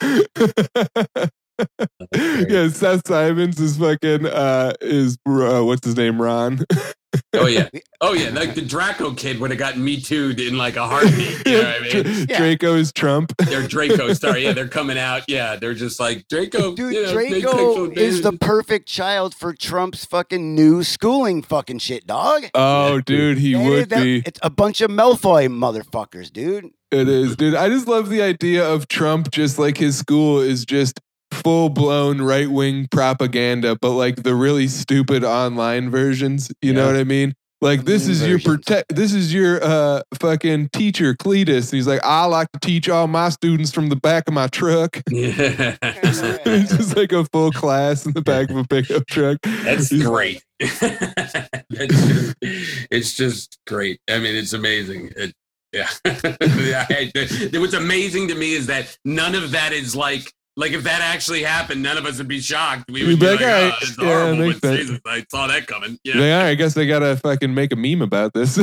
yeah, Seth Simons is fucking, uh, is, uh, what's his name, Ron?
oh yeah. Oh yeah. Like the Draco kid would have gotten me too in like a heartbeat. You know what I mean?
Dra- Draco is Trump.
They're Draco. Sorry, yeah, they're coming out. Yeah, they're just like Draco.
Dude,
you know, they take
Draco
some
is the
damage.
perfect child for Trump's fucking new schooling fucking shit, dog.
Oh, dude, he
That is-
would
that-
be.
It's a bunch of Malfoy motherfuckers, dude.
It is, dude. I just love the idea of Trump, just like his school is just full blown right wing propaganda, but like the really stupid online versions. You know what I mean? Like this
Mean
is your
versions.
protect. This is your uh fucking teacher Cletus, and he's like, I like to teach all my students from the back of my truck.
Yeah.
it's just like a full class in the back of a pickup truck.
That's
He's-
great. That's just, it's just great. I mean, it's amazing. It, yeah. Yeah, I- the- What's amazing to me is that none of that is like, like if that actually happened, none of us would be shocked. We
You'd
would
be
be
like, "All
like, oh,
right,
it's
yeah, that
horrible.
makes
but
sense."
Jesus, I saw that coming. Yeah.
They are. I guess they gotta fucking make a meme about this.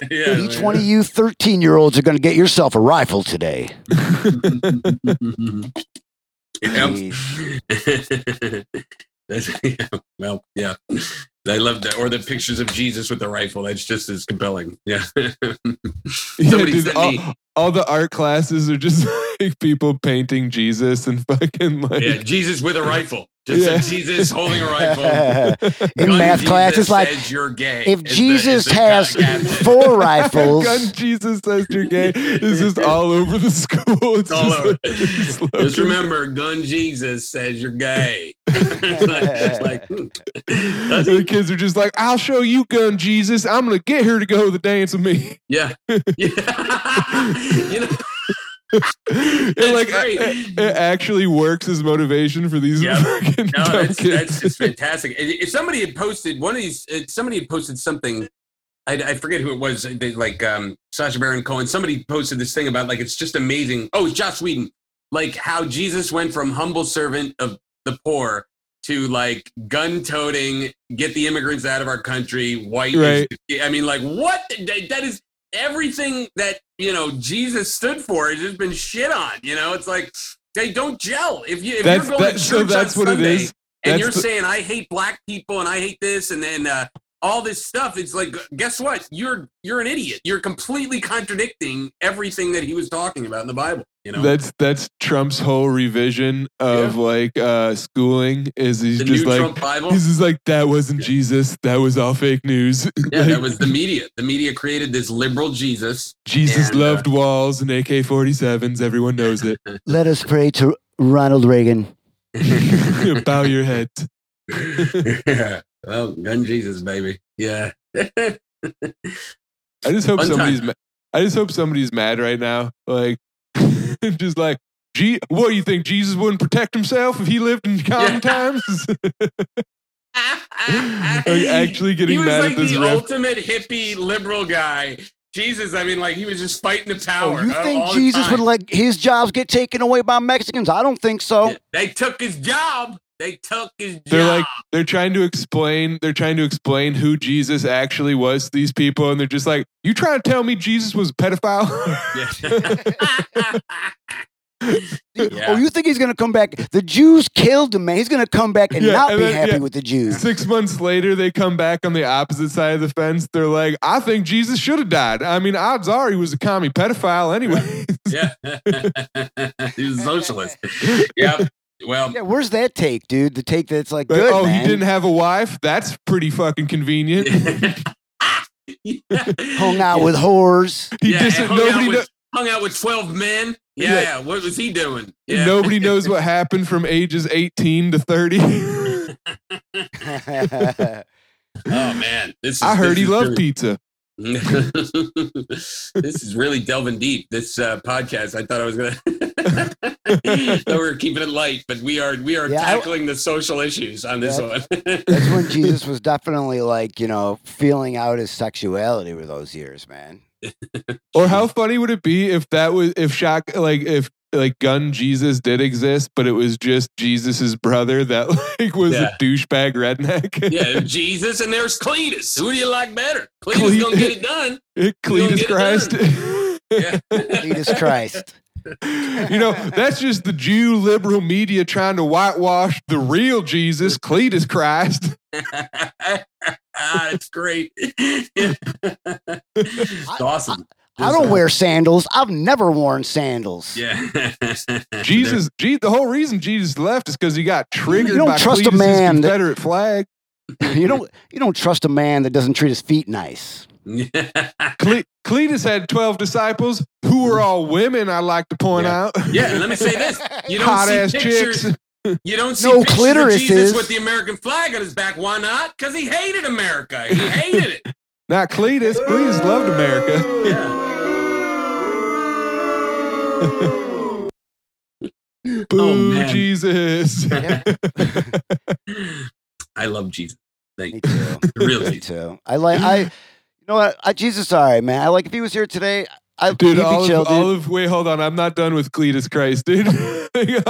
yeah
Each one of you 13 year olds are going to get yourself a rifle today.
Yep. That's, yeah, well, yeah, I love that. Or the pictures of Jesus with the rifle. That's just as compelling. Yeah.
Yeah,
Somebody
dude,
sent
all,
oh.
me-
all the art classes are just like people painting Jesus and fucking like
Yeah, Jesus with a rifle. Just
Yeah.
a Jesus holding a rifle.
In
Gun
math
Jesus
class, it's like
says you're gay.
if
is the-
Jesus
is the
has
ca- caption.
four rifles,
gun Jesus says you're gay is just all over the school. It's
It's all
just
over.
like this
Just
slogan.
remember, gun Jesus says you're gay. It's like, hmm. That's-
the kids are just like, I'll show you gun Jesus. I'm gonna get her to go to the dance with me.
yeah, yeah. you know,
It
That's
like
great.
it, it actually works as motivation for these
Yeah.
fucking
No,
dumb
that's
kids.
that's just fantastic. And If somebody had posted one of these, if somebody had posted something, I, I forget who it was. They, like um, Sasha Baron Cohen. Somebody posted this thing about like it's just amazing. Oh, it's Josh Whedon. Like how Jesus went from humble servant of the poor to like gun toting, get the immigrants out of our country, white. is- I mean, like what? That that is everything that you know Jesus stood for has just been shit on. You know, it's like. They don't gel. If you if
That's-
you're going
that-
to church
so that's
on
what it
Sunday,
is. That's
and you're
the-
saying I hate black people and I hate this and then uh, all this stuff. It's like, guess what? You're you're an idiot. You're completely contradicting everything that he was talking about in the Bible. You know,
That's that's Trump's whole revision of like uh schooling is he's
the
just
new
like
Trump Bible.
He's just like, that wasn't Jesus. That was all fake news.
Yeah,
Like,
that was the media. The media created this liberal Jesus.
Jesus
and, uh,
loved walls and AK 47s. Everyone knows it.
let us pray to Ronald Reagan.
Bow your head.
well, gun Jesus, baby. Yeah.
I just hope
Fun time.
somebody's. Ma- I just hope somebody's mad right now. Like, just like, gee, what do you think? Jesus wouldn't protect himself if he lived in common
Yeah.
times. Like, actually getting
he was
mad
like
at this
the
ref-
ultimate hippie liberal guy Jesus, I mean, like he was just fighting the power.
Oh, you
uh,
think
all the
Jesus would
time.
let his jobs get taken away by Mexicans? I don't think so.
They took his job. They took his job.
They're like they're trying to explain they're trying to explain who Jesus actually was to these people and they're just like you trying to tell me Jesus was a pedophile?
yeah.
Oh, you think he's gonna come back? The Jews killed him, man. He's gonna come back and
Yeah,
not
and
be
then-
happy
yeah.
with the Jews.
Six months later, they come back on the opposite side of the fence. They're like, I think Jesus should have died. I mean, odds are he was a commie pedophile anyway.
yeah. he was a socialist. yep. Well,
Yeah, where's that take, dude? The take that's like,
Like,
good,
oh,
man.
he didn't have a wife? That's pretty fucking convenient.
hung out with whores.
He
yeah, and
dis-
hung, out
nobody,
with, hung out with 12 men. Yeah,
Yeah.
yeah. What was he doing?
kno-
Yeah.
nobody knows what happened from ages 18 to 30.
Oh, man. This is,
I heard
this
he
is
loved
really-
pizza.
this is really delving deep. This uh, podcast. I thought I was gonna. so we're keeping it light, but we are we are
Yeah, I-
tackling the social issues on this one.
That's when Jesus was definitely like, you know, feeling out his sexuality with those years, man.
Or how funny would it be if that was if shock like if like gun Jesus did exist, but it was just Jesus's brother that like was
Yeah.
a douchebag redneck.
yeah, Jesus, and there's Cletus. Who do you like better? Cletus
Cle-
gonna get it done. don't
Cletus
get it
Christ.
Yeah.
Jesus Christ.
you know, that's just the Jew liberal media trying to whitewash the real Jesus, Cletus Christ.
ah, it's great. it's awesome.
I don't wear sandals. I've never worn sandals.
Yeah.
Jesus, Je- the whole reason Jesus left is because he got triggered
don't
by
trust a
Cletus's
man that-
Confederate flag.
you don't you don't trust a man that doesn't treat his feet nice.
Cle- Cletus had 12 disciples who were all women, I like to point out.
Yeah, and let me say this: you don't
Hot
see
ass
pictures.
chicks.
You don't see
No
pictures of Jesus
clitorises.
with the American flag on his back. Why not? Because he hated America. He hated it.
Not Cletus. Cletus loved America.
Yeah.
Oh,
Boo,
man.
Jesus.
I love Jesus. Thank
Me
you.
too.
The real
Me
Jesus.
too. I like I you know what I Jesus all right, man. I like if he was here today, I would
Dude,
be
all
chill,
of,
dude.
all of, wait, hold on. I'm not done with Cletus Christ, dude.
Please,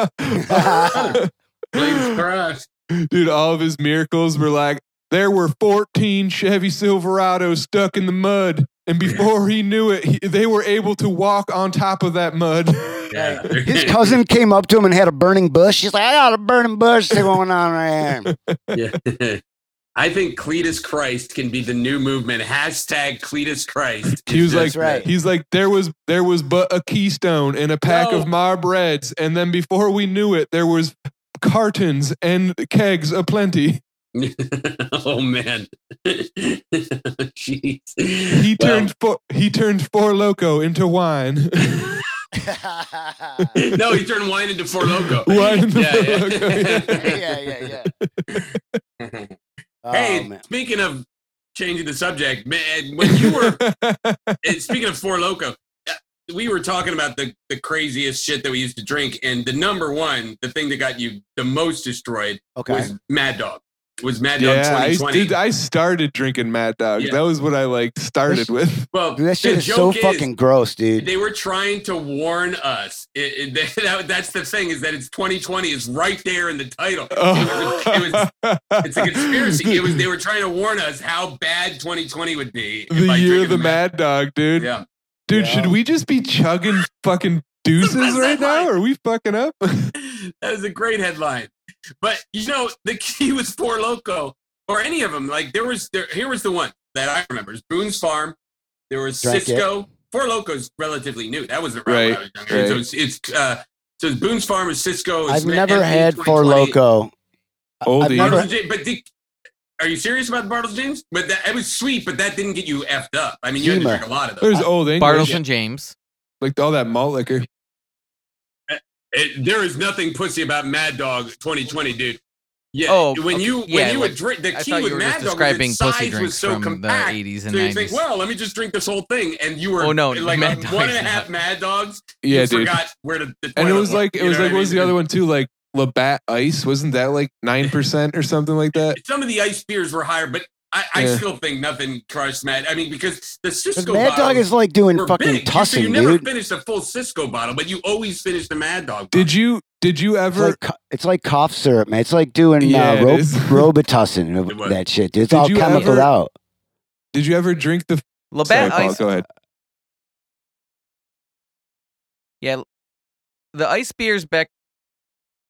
Christ.
dude, all of his miracles were like there were 14 Chevy Silverados stuck in the mud, and before he knew it, he, they were able to walk on top of that mud.
Yeah.
his cousin came up to him and had a burning bush. She's like, I got a burning bush that's going on right here.
Yeah. I think Cletus Christ can be the new movement. Hashtag Cletus Christ.
He was
That's
like,
right.
he's like, there was there was but a keystone and a pack
No.
of mob reds, and then before we knew it, there was cartons and kegs aplenty.
oh man, jeez.
He turned four, he turned four loco into wine.
No, he turned wine into Four Loco.
Wine into
Yeah,
Four
yeah.
Loko,
yeah, yeah, yeah. Oh,
hey,
man.
speaking of changing the subject, man, when you were and speaking of Four Loco, uh, we were talking about the, the craziest shit that we used to drink, and the number one, the thing that got you the most destroyed
Okay.
was Mad Dog. Was Mad Dog
yeah, I,
2020?
did, I started drinking Mad Dog.
Yeah.
That was what I like started with.
well,
Dude, that shit
the
is so
joke
fucking gross, dude.
They were trying to warn us. It, it, that, that's the thing is that it's 2020 is right there in the title.
Oh.
It was- it was- it's a conspiracy. It was they were trying to warn us how bad 2020 would be.
the
by
year of
drinking
the Mad Dog, dude.
Yeah.
Dude,
Yeah.
should we just be chugging fucking deuces right now? Are we fucking up?
That was a great headline. But you know, the key was Four Loco or any of them. Like there was there here was the one that I remember. It was Boone's Farm. There was
Drank it.
Cisco. Four Loco's relatively new. That was around when I was younger.
Right,
So
right.
it's, it's uh so it's Boone's Farm is Cisco. it's
I've
Ma-
never
MD
had Four
2020.
Loco.
Oldie.
never-
Bartles James, but the, are you serious about the Bartles James? But that it was sweet, but that didn't get you effed up. I mean, you had to
Humor.
drink a lot of them.
There's old English.
Bartles and James.
Like all that malt liquor.
It- there is nothing pussy about Mad Dog 2020, dude. Yeah,
Oh,
when
okay.
you when
Yeah,
you
like,
would drink, the
I
key
thought
with
you were
Mad
just
Dog was
describing
its
pussy
size was
drinks
so
from
compact.
the 80s
So
and
you
90s.
think, well, let me just drink this whole thing, and you were
Oh, no,
like
Mad
uh, one
Dog's
and a
not-
half Mad Dogs.
Yeah,
you
dude.
forgot where to. The
And it
toilet
was like it
You
was
know
like what
what I
was the
mean?
other one too? Like Labatt Ice. Wasn't that like nine percent or something like that?
Some of the ice beers were higher, but I, I
Yeah.
still think nothing crushed Mad. I mean, because the
But
Cisco
Mad Dog
bottles
is like doing
were
fucking
big. You-
tussing,
so you never
dude.
finished a full Cisco bottle, but you always finish the Mad Dog.
Did you did you
It's
ever
like, co- it's like cough syrup, man. It's like doing
Yeah,
uh,
it
ro-
is.
Robitussin,
It was.
of that shit. Dude. It's
Did
all
you
chemicaled
ever-
out.
did you ever drink the Sorry,
Labatt
Paul,
Ice.
go ahead.
Yeah, the ice beers back.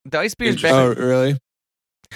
The ice beers back.
Oh really?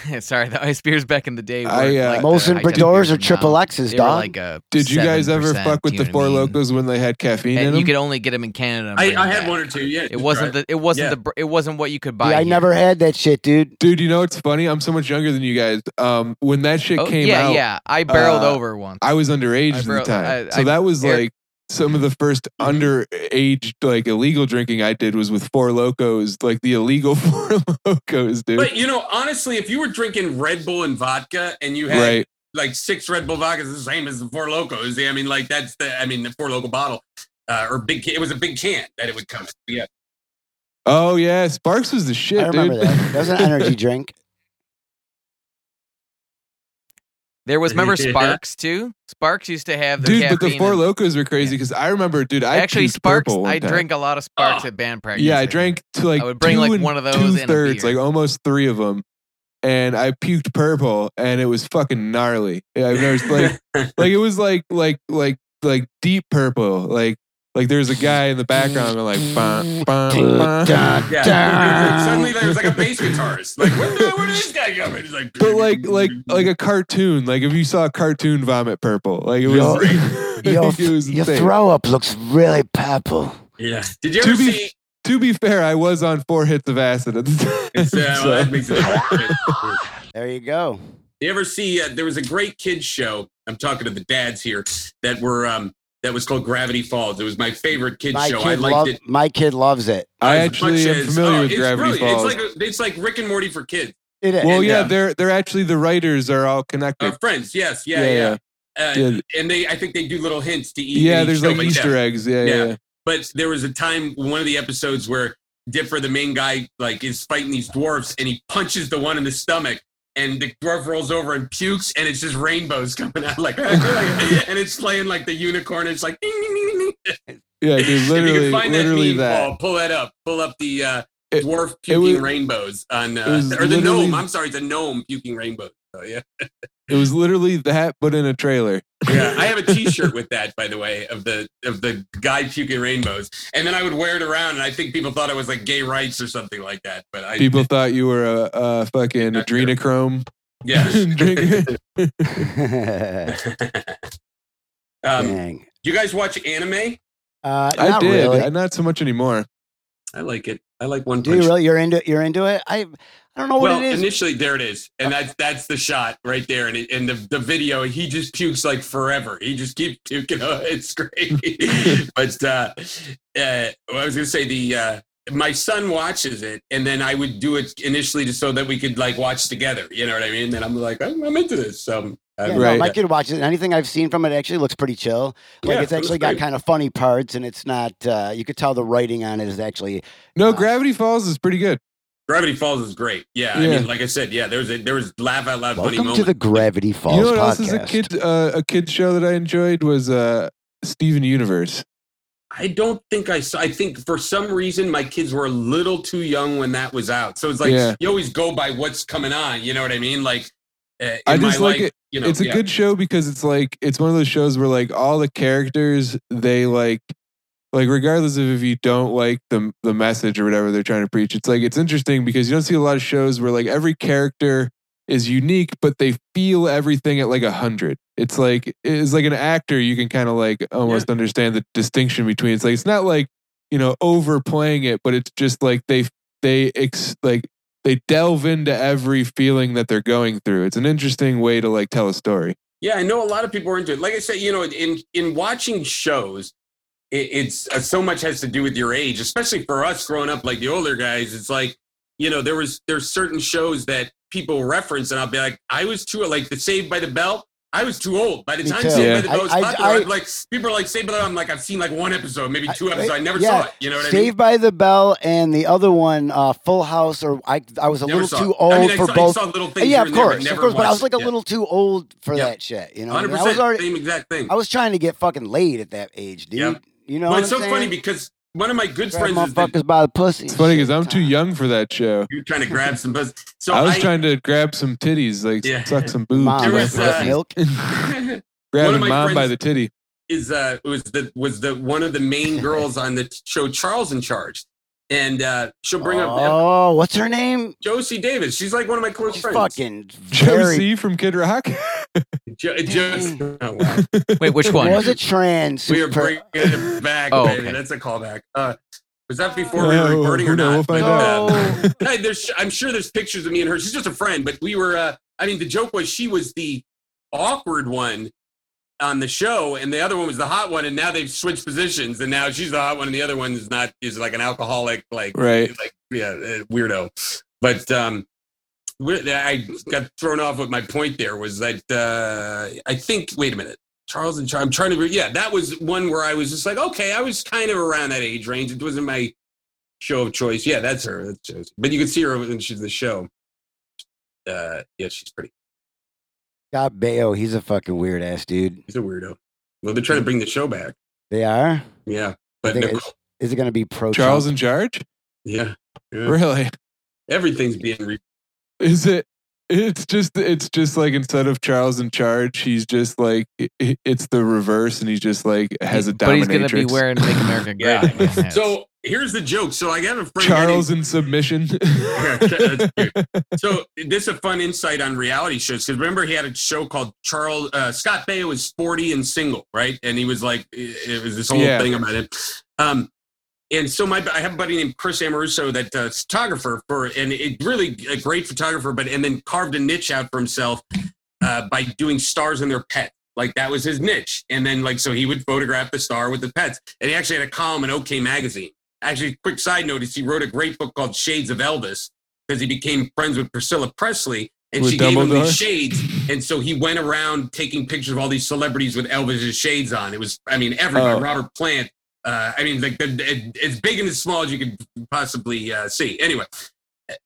sorry, the ice beers back in the day.
I,
weren't
uh,
like the
Molson
high-tech
Bredoors
beers
or
now.
Triple X's,
They were
dog.
like a
Did you guys ever
7%,
fuck with
you
the
know
Four
what I mean?
Locos when they had caffeine in
And you
them?
could only get them in Canada. and
I,
bring
I
'em
had
back.
one or two. Yeah,
It wasn't the. It wasn't
Yeah.
the. br- It wasn't what you could buy.
yeah, I
here. Oh,
never had that shit, dude.
Dude, you know what's funny? I'm so much younger than you guys. Um, when that shit
Oh,
came
yeah,
out,
yeah. I barreled
uh,
over once.
I was underage
I
at
bro-
the time.
I-
so
I-
that was
Eric- Mm-hmm.
like some of the first underage, like illegal drinking I did was with Four Locos, like the illegal Four Locos, dude.
But you know, honestly, if you were drinking Red Bull and vodka and you had
right.
like six Red Bull vodkas, the same as the Four Locos. I mean, like that's the I mean the Four Loco bottle uh, or big. Can, it was a big can that it would come. in. Yeah,
Oh, yeah. Sparks was the shit,
I remember
dude.
that. That was an energy drink.
There was remember
Yeah.
Sparks too. Sparks used to have the
Dude, but the
caffeine
Four
and-
Locos were crazy because I remember, dude, I
Actually,
puked
Sparks.
purple one
I
time.
drank a lot of Sparks
Oh.
at band practice.
Yeah, I drank to like
I would bring,
two
like,
and
one of those and
two
a
thirds,
beer.
like almost three of them, and I puked purple, and it was fucking gnarly. Yeah, I've never like like it was like like like like deep purple, like like there's a guy in the background and like bah, bah, bah.
yeah. Suddenly there was like a bass guitarist. Like where, the, where did this guy go? And he's like,
but like like like a cartoon, like if you saw a cartoon vomit purple, like it was
Yo- Your,
it was
your
insane.
throw up looks really purple.
yeah. Did you
To
ever
be-
see?
To be fair, I was on four hits of acid at the time.
It's, uh, well,
so-
that makes it
There you go.
You ever see? Uh, there was a great kids show. I'm talking to the dads here that were um that was called Gravity Falls. It was my favorite kids
My
show. I
kid,
liked
love,
it.
my kid loves it.
I
as
actually am
much as-
familiar
oh,
with
it's
Gravity
brilliant.
Falls.
It's like a, it's like Rick and Morty for kids.
It is.
Well,
And,
yeah,
um,
they're they're actually the writers are all
Uh,
connected.
friends, yes, yeah, yeah.
yeah.
Uh,
Yeah.
And they, I think they do little hints to eat.
Yeah,
in
there's
each show
like Easter
that.
eggs. Yeah, yeah.
Yeah.
yeah.
But there was a time, one of the episodes where Dipper, the main guy, like is fighting these dwarfs, and he punches the one in the stomach, and the dwarf rolls over and pukes, and it's just rainbows coming out, like, and it's playing like the unicorn. And it's like, ding, ding, ding, ding, ding.
Yeah, dude, literally, literally
meme,
that.
Paul, pull that up. Pull up the uh,
It-
dwarf
it
puking
was-
rainbows on,
it was
uh, or the
literally-
gnome. I'm sorry, the gnome puking rainbows. Oh yeah.
It was literally that, but in a trailer.
Yeah, I have a T-shirt with that, by the way, of the of the guy puking rainbows, and then I would wear it around, and I think people thought I was like gay rights or something like that. But I,
People thought you were a, a fucking
Actor.
adrenochrome
yeah.
drinker.
um,
Dang.
do you guys watch anime?
Uh,
I
not
did.
really.
I, not so much anymore.
I like it. I like One
Do you
Punch.
really? You're into. You're into it. I. I don't know Oh, what
well,
it is. Oh.
initially there it is, and that's that's the shot right there, and it, and the, the video he just pukes like forever. He just keeps puking. Oh, it's great. but uh, uh, well, I was gonna say the uh, my son watches it, and then I would do it initially just so that we could like watch together. You know what I mean? And I'm like, I'm, I'm into this. So uh,
Yeah,
Right.
no, my kid watches it. and Anything I've seen from it actually looks pretty chill. Like
Yeah,
it's
it looks
actually got
great.
kind of funny parts, and it's not. Uh, you could tell the writing on it is actually.
No,
Uh,
Gravity Falls is pretty good.
Gravity Falls is great. Yeah, I
Yeah.
mean, like I said, yeah, there was a, there was laugh out loud funny
Welcome
moments.
to the Gravity Falls
you know what
podcast.
else is a kid uh, a kid show that I enjoyed was uh, Steven Universe.
I don't think I saw. I think for some reason my kids were a little too young when that was out. So it's like
Yeah.
you always go by what's coming on. You know what I mean? Like, uh, in
I
my
just like
life,
it-
You know,
it's a
yeah.
good show because it's like it's one of those shows where like all the characters they like like regardless of if you don't like the the message or whatever they're trying to preach it's like it's interesting because you don't see a lot of shows where like every character is unique but they feel everything at like a hundred it's like it's like an actor you can kind of like almost understand the distinction between it's like it's not like you know overplaying it but it's just like they they ex like they delve into every feeling that they're going through. It's an interesting way to like tell a story.
Yeah, I know a lot of people are into it. Like I said, you know, in in watching shows, it, it's uh, so much has to do with your age, especially for us growing up, like the older guys. It's like, you know, there was there's certain shows that people reference, and I'll be like, I was too like the Saved by the Bell. I was too old. By the
Me
time
too.
Saved
Yeah.
by the
I-
Bell was
I-
popular,
I-
I, am like people are like Saved by the Bell. I'm like I've seen like one episode, maybe two episodes. I, never
yeah,
saw it. You know what
Saved by the Bell and the other one, uh, Full House, or I, I was a
I mean? Never
little
saw
too
it.
old
I mean, I
for
saw,
both.
I saw little things
yeah,
here
of
and there,
course,
but never
of course. But I was like
watched
a
it.
little too old for
Yeah.
that shit. You know,
Hundred
and I was
percent,
already,
same exact thing.
I was trying to get fucking laid at that age, dude.
Yeah.
You know,
but
what
it's so
I'm saying?
funny because one of my good
Grab
friends is that
motherfuckers by the pussy.
It's funny because I'm too young for that show.
you're trying to grab some buzz. So
I was trying to grab some titties, like
Yeah.
suck some boobs.
Mom,
There
with
was,
my
uh,
pussy.
milk.
One
grabbing
of my
mom by
friends-
the titty.
is uh was the was the one of the main girls on the show Charles in Charge, and uh she'll bring up
Oh, what's her name?
Josie Davis. She's like one of my close
She's
friends.
fucking very.
Josie from Kid Rock.
Jo- Jo- oh, wow.
Wait, which one?
Was it trans?
We are
super-
bringing it back,
Oh,
baby.
okay.
That's a callback. Uh, was that before we
Oh,
were recording
who
or
knows?
not?
We'll find
uh,
out.
no, there's, I'm sure there's pictures of me and her. She's just a friend, but we were. Uh, I mean, the joke was she was the awkward one on the show, and the other one was the hot one. And now they've switched positions, and now she's the hot one, and the other one is not is like an alcoholic, like
Right.
like yeah, uh, weirdo. But um, we're- I got thrown off with my point. There was that uh, I think. Wait a minute. Charles and Charles. I'm trying to. Re- yeah, that was one where I was just like, okay, I was kind of around that age range. It wasn't my show of choice. Yeah, that's her. That's Josie. But you can see her when she's in the show. Uh, yeah, she's pretty.
God, Bayo, he's a fucking weird ass dude.
She's a weirdo. Well, they're trying to bring the show back.
They are.
Yeah, but
think
Nicole-
Is it gonna be pro
Charles in charge?
yeah, Yeah.
Really?
everything's being. Re-
Is it? It's just it's just like instead of Charles in charge, he's just like i- i- it's the reverse, and he's just like has a dominatrix.
but he's gonna be wearing "Make America Great."
Yeah.
Again hats.
so here's the joke. So I got a friend.
Charles in submission.
that's cute. so this is a fun insight on reality shows because remember he had a show called Charles uh, Scott Baio was forty and single, right? And he was like, it it was this whole
Yeah.
thing about it. Um, and so my I have a buddy named Chris Amoruso that uh, photographer for and it really a great photographer, but and then carved a niche out for himself uh, by doing stars and their pets. Like that was his niche, and then like so he would photograph the star with the pets, and he actually had a column in OK Magazine. Actually, quick side note is he wrote a great book called Shades of Elvis because he became friends with Priscilla Presley and
With
she gave him
Dumbledore?
these shades. And so he went around taking pictures of all these celebrities with Elvis's shades on. It was, I mean, everybody,
Oh.
Robert Plant. Uh, I mean, like the, it, as big and as small as you could possibly uh, see. Anyway,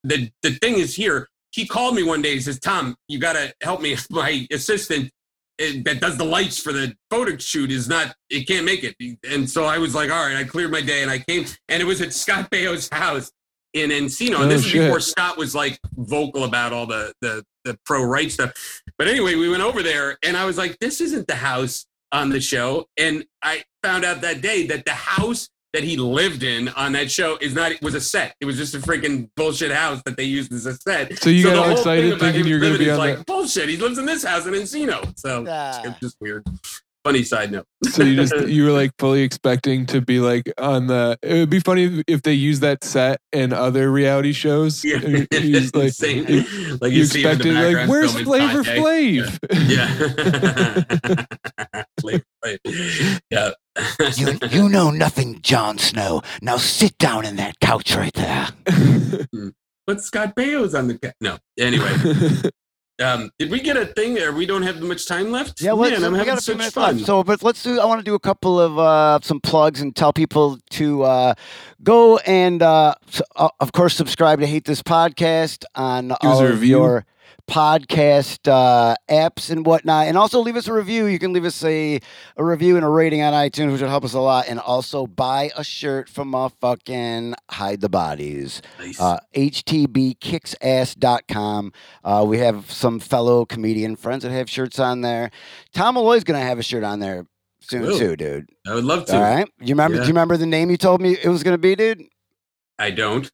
the, the thing is here, he called me one day. He says, Tom, you got to help me. My assistant it, that does the lights for the photo shoot is not it can't make it and so i was like all right i cleared my day and i came and it was at scott baio's house in encino
Oh,
and this is
shit.
before scott was like vocal about all the the the pro right stuff but anyway we went over there and i was like this isn't the house on the show and i found out that day that the house that he lived in on that show is not it was a set it was just a freaking bullshit house that they used as a set
So you got
the
all
whole
excited
thing about
thinking
him
you were gonna
living
be
is
on
like
the-
bullshit. He lives in this house in Encino, so
Ah.
it's just weird. Funny side note.
so you just you were like fully expecting to be like on the. It would be funny if they use that set in other reality shows.
Yeah.
And he's like,
Same.
you,
like
you
see him in the
expected like
background
where's
filming
Flavor
Kanye.
Flav?
Yeah. Flavor Flav. Yeah.
You, you know nothing, Jon Snow. Now sit down in that couch right there.
But Scott Baio's on the ca- no. Anyway, um, did we get a thing there? We don't have much time left.
Yeah, let's,
Man, I'm
we
having
got a few
such
minutes
fun.
left. So, but let's do. I want to do a couple of uh, some plugs and tell people to uh, go and, uh, s- uh, of course, subscribe to Hate This Podcast on all
a
of
review.
your podcast uh, apps and whatnot, and also leave us a review. You can leave us a, a review and a rating on iTunes, which would help us a lot. And also buy a shirt from a fucking Hide the Bodies
Nice.
uh, htbkicksass.com. Uh, we have some fellow comedian friends that have shirts on there. Tom Malloy's going to have a shirt on there soon
Really?
too, dude.
I would love to.
All right. You remember?
Yeah.
Do you remember the name you told me it was going to be, dude?
I don't.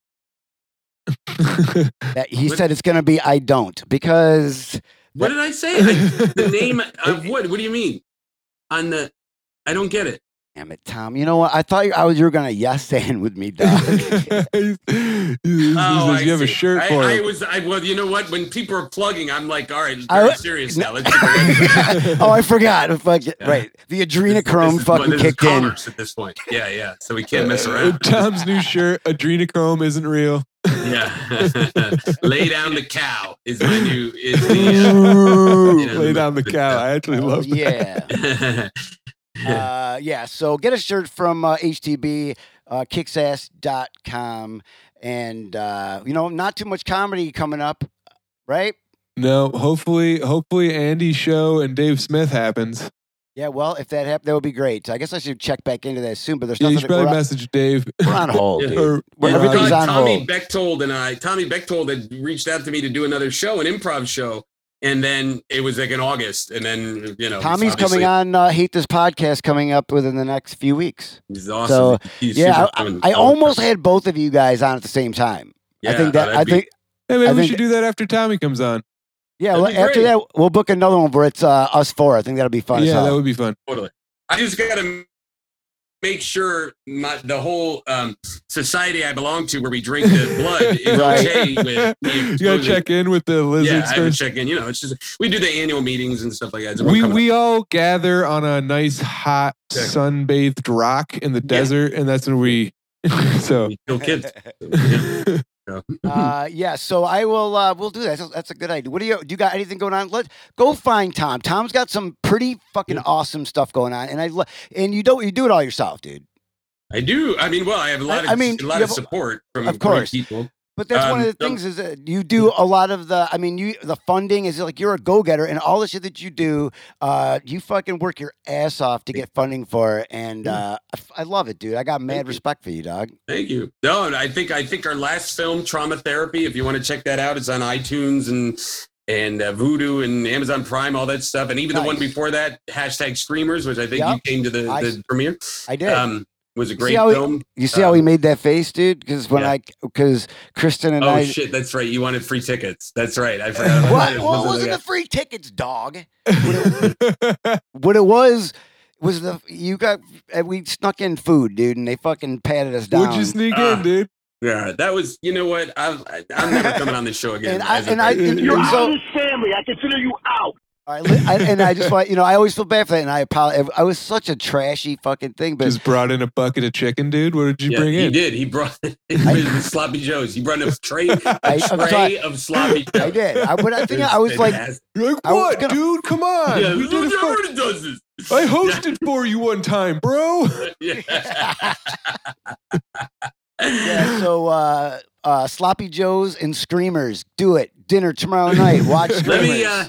That he
What-
said it's going to be I don't because
What did I say? I- the name of what? What do you mean? On the, I don't get it.
damn it, Tom. You know what? I thought you, I was you were going to yes and with me, dog.
He's- he says,
Oh, I
you have a
see.
shirt
I,
for
I
him.
was, I well, you know what? When people are plugging, I'm like, all right,
I
very
w-
serious
no.
now. Let's take a look.
oh, I forgot. Fuck it.
Yeah.
Right. The
This
adrenochrome
is-
fucking
this is
kicked in.
commerce At this point, yeah, yeah. So we can't mess
Uh,
around.
Tom's new shirt, Adrenochrome, isn't real.
Yeah. Lay down the cow is my new. Is the,
Ooh,
Yeah.
lay down the cow. I actually love that.
Oh, yeah.
uh,
uh, yeah, so get a shirt from uh, HTB, uh, kicksass.com. And, uh, you know, not too much comedy coming up, right?
No, hopefully, hopefully Andy's show and Dave Smith happens.
Yeah, well, if that happened, that would be great. I guess I should check back into that soon, but there's
Yeah, you
nothing.
should
we're,
probably
on-
message Dave.
we're on hold,
Yeah.
dude.
Or, or,
Yeah, everything's
uh,
on
Tommy
hold.
Bechtold and I, Tommy Bechtold had reached out to me to do another show, an improv show. And then it was like in August. And then, you know, it's
Tommy's
obviously-
coming on uh, Hate This Podcast coming up within the next few weeks.
He's awesome. He's
yeah,
super
I,
fun. Oh,
I almost had both of you guys on at the same time. I
Yeah,
think that,
that'd
I
be-
think,
hey, maybe
I
we
think-
should do that after Tommy comes on.
yeah,
That'd
well,
be
after
great.
that, we'll book another one where it's uh, us four. I think that'll be fun. as
yeah,
hell.
that would be fun.
totally. I just got to make sure my, the whole um, society I belong to, where we drink the blood, is
Right.
okay with me
you gotta
exposing-
check in with the
Yeah,
lizards
I would
first.
check in. You know, it's just we do the annual meetings and stuff like that. It's about
We
coming
we all gather on a nice hot
Check.
sunbathed rock in the desert, and that's when we.
up.
so
We kill kids.
uh, yeah, so I will. Uh, we'll do that. That's, that's a good idea. What do you do? You got anything going on? Let go find Tom. Tom's got some pretty fucking awesome stuff going on, and I lo- and you don't you do it all yourself, dude.
I do. I mean, well, I have a lot of
I mean,
a lot
you have-
of support from
of
from
course.
people.
But that's one of
Um,
the
no.
things is that you do a lot of the. I mean, you the funding is like you're a go getter, and all the shit that you do, uh, you fucking work your ass off to get funding for, it, and uh, I f- I love it, dude. I got mad
Thank you.
respect for you, dog.
Thank you. No, and I think I think our last film, Trauma Therapy. If you want to check that out, it's on iTunes and and uh, Voodoo and Amazon Prime, all that stuff, and even the one
Nice.
before that, hashtag Screamers, which I think
Yup.
you came to the,
I-
the premiere.
I did.
Um, was a great
how he-
film.
you see how he made that face, dude? Because when
yeah.
I because Kristen and
Oh
I.
shit, that's right. You wanted free tickets. That's right. I forgot. About
What? Well,
that.
it
Wasn't
wasn't
it?
the free tickets, dog. What it was was the you got uh, we snuck in food, dude, and they fucking patted us down.
would you sneak in,
Ah.
dude?
Yeah, that was. You know what? I've, I- I'm never coming on this show again.
And I-
as a
and I-
fan.
and
You're
And
out
so-
of this family. I consider you out.
All right, li- I, and I just want you know I always feel bad for that, and I apologize. I was such a trashy fucking thing, but
Just brought in a bucket of chicken, dude. What did you
Yeah,
bring
he
in?
did. He brought the sloppy joes. He brought a tray, a
I'm sorry.
tray of sloppy. Joes.
I did. I, but I think I was like,
You're like,
I was
what,
gonna-
dude? Come on.
Yeah,
we did it for-
everybody does this.
I hosted for you one time, bro.
Yeah.
yeah. So uh, uh, sloppy joes and screamers, do it. Dinner tomorrow night. Watch
Let
screamers.
me uh,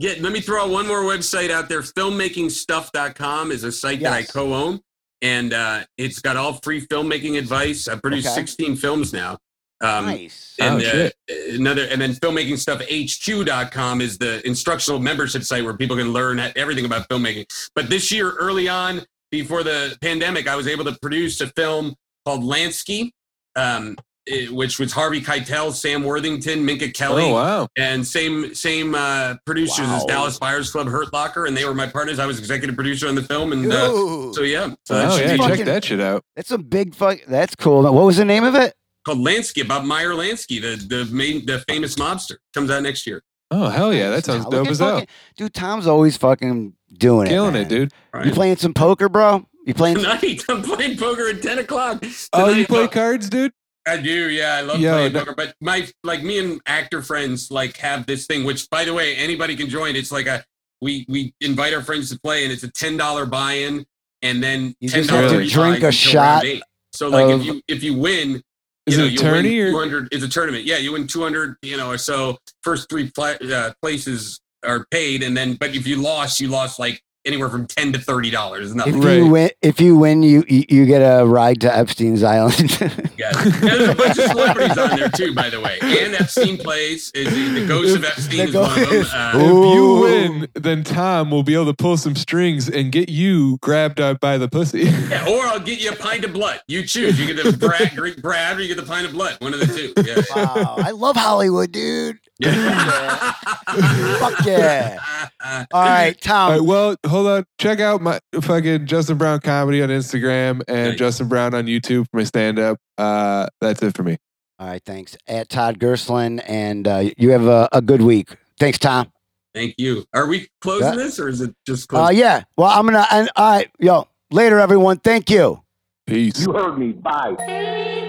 get let me throw out one more website out there. Filmmakingstuff.com is a site that I
Yes.
co-own, and uh, it's got all free filmmaking advice. I produced
Okay.
16 films now. Um,
nice.
And
Oh,
uh,
shit.
another, and then filmmakingstuffhq.com is the instructional membership site where people can learn everything about filmmaking. But this year, early on, before the pandemic, I was able to produce a film called Lansky, um, eh, which was Harvey Keitel, Sam Worthington, Minka Kelly,
Oh wow.
and same same uh, producers as
Wow.
Dallas Buyers Club, Hurt Locker, and they were my partners. I was executive producer on the film, and uh,
Ooh,
so yeah, so that
Oh
should
yeah,
be
check
fucking-
that shit out.
that's a big fuck. That's cool. What was the name of it?
called Lansky about Meyer Lansky, the the main the famous mobster, comes out next year.
Oh hell yeah, that sounds
Look
dope
at
as hell.
fucking- Dude, Tom's always fucking doing
Killing it,
it. man.
dude.
You playing some poker, bro? You playing?
tonight. I'm playing poker at 10 o'clock.
Oh, you
tonight.
play cards, dude?
I do, yeah. I love
Yo,
playing
that-
poker. But my like me and actor friends like have this thing, which by the way, anybody can join. It's like a we we invite our friends to play and it's a ten dollar buy-in and then
You
ten
just
dollars
have to
drink a shot
So like
of-
if you if you win
Is
you
it a tourney
you win
or
200 it's a tournament yeah you win 200 you know or so first three pla- uh, places are paid and then but if you lost you lost like anywhere from 10 to 30 dollars
If
Right.
you win, if you win, you you you get a ride to Epstein's Island.
Yeah, there's a bunch of celebrities on there too, by the way. And Epstein plays is the ghost of Epstein
The
is one of them.
ghost.
Uh,
if you
Ooh.
win, then Tom will be able to pull some strings and get you grabbed out by the pussy.
yeah, or I'll get you a pint of blood. You choose. You get the brat, Greek Brad, or you get the pint of blood. One of the two. Yeah.
wow, I love Hollywood, dude.
Yeah.
Fuck yeah! All right,
All right,
Tom.
well, hold on. Check out my fucking Justin Brown comedy on Instagram and
Nice.
Justin Brown on YouTube for my stand up. Uh, that's it for me.
All right, thanks. At Todd Gerslin, and uh, you have a, a good week. Thanks, Tom.
Thank you. Are we closing
Yeah.
this, or is it just
Uh,
closing?
yeah. Well, I'm gonna. And, all right, yo. Later, everyone. Thank you.
Peace.
You heard me. Bye.
Thank you.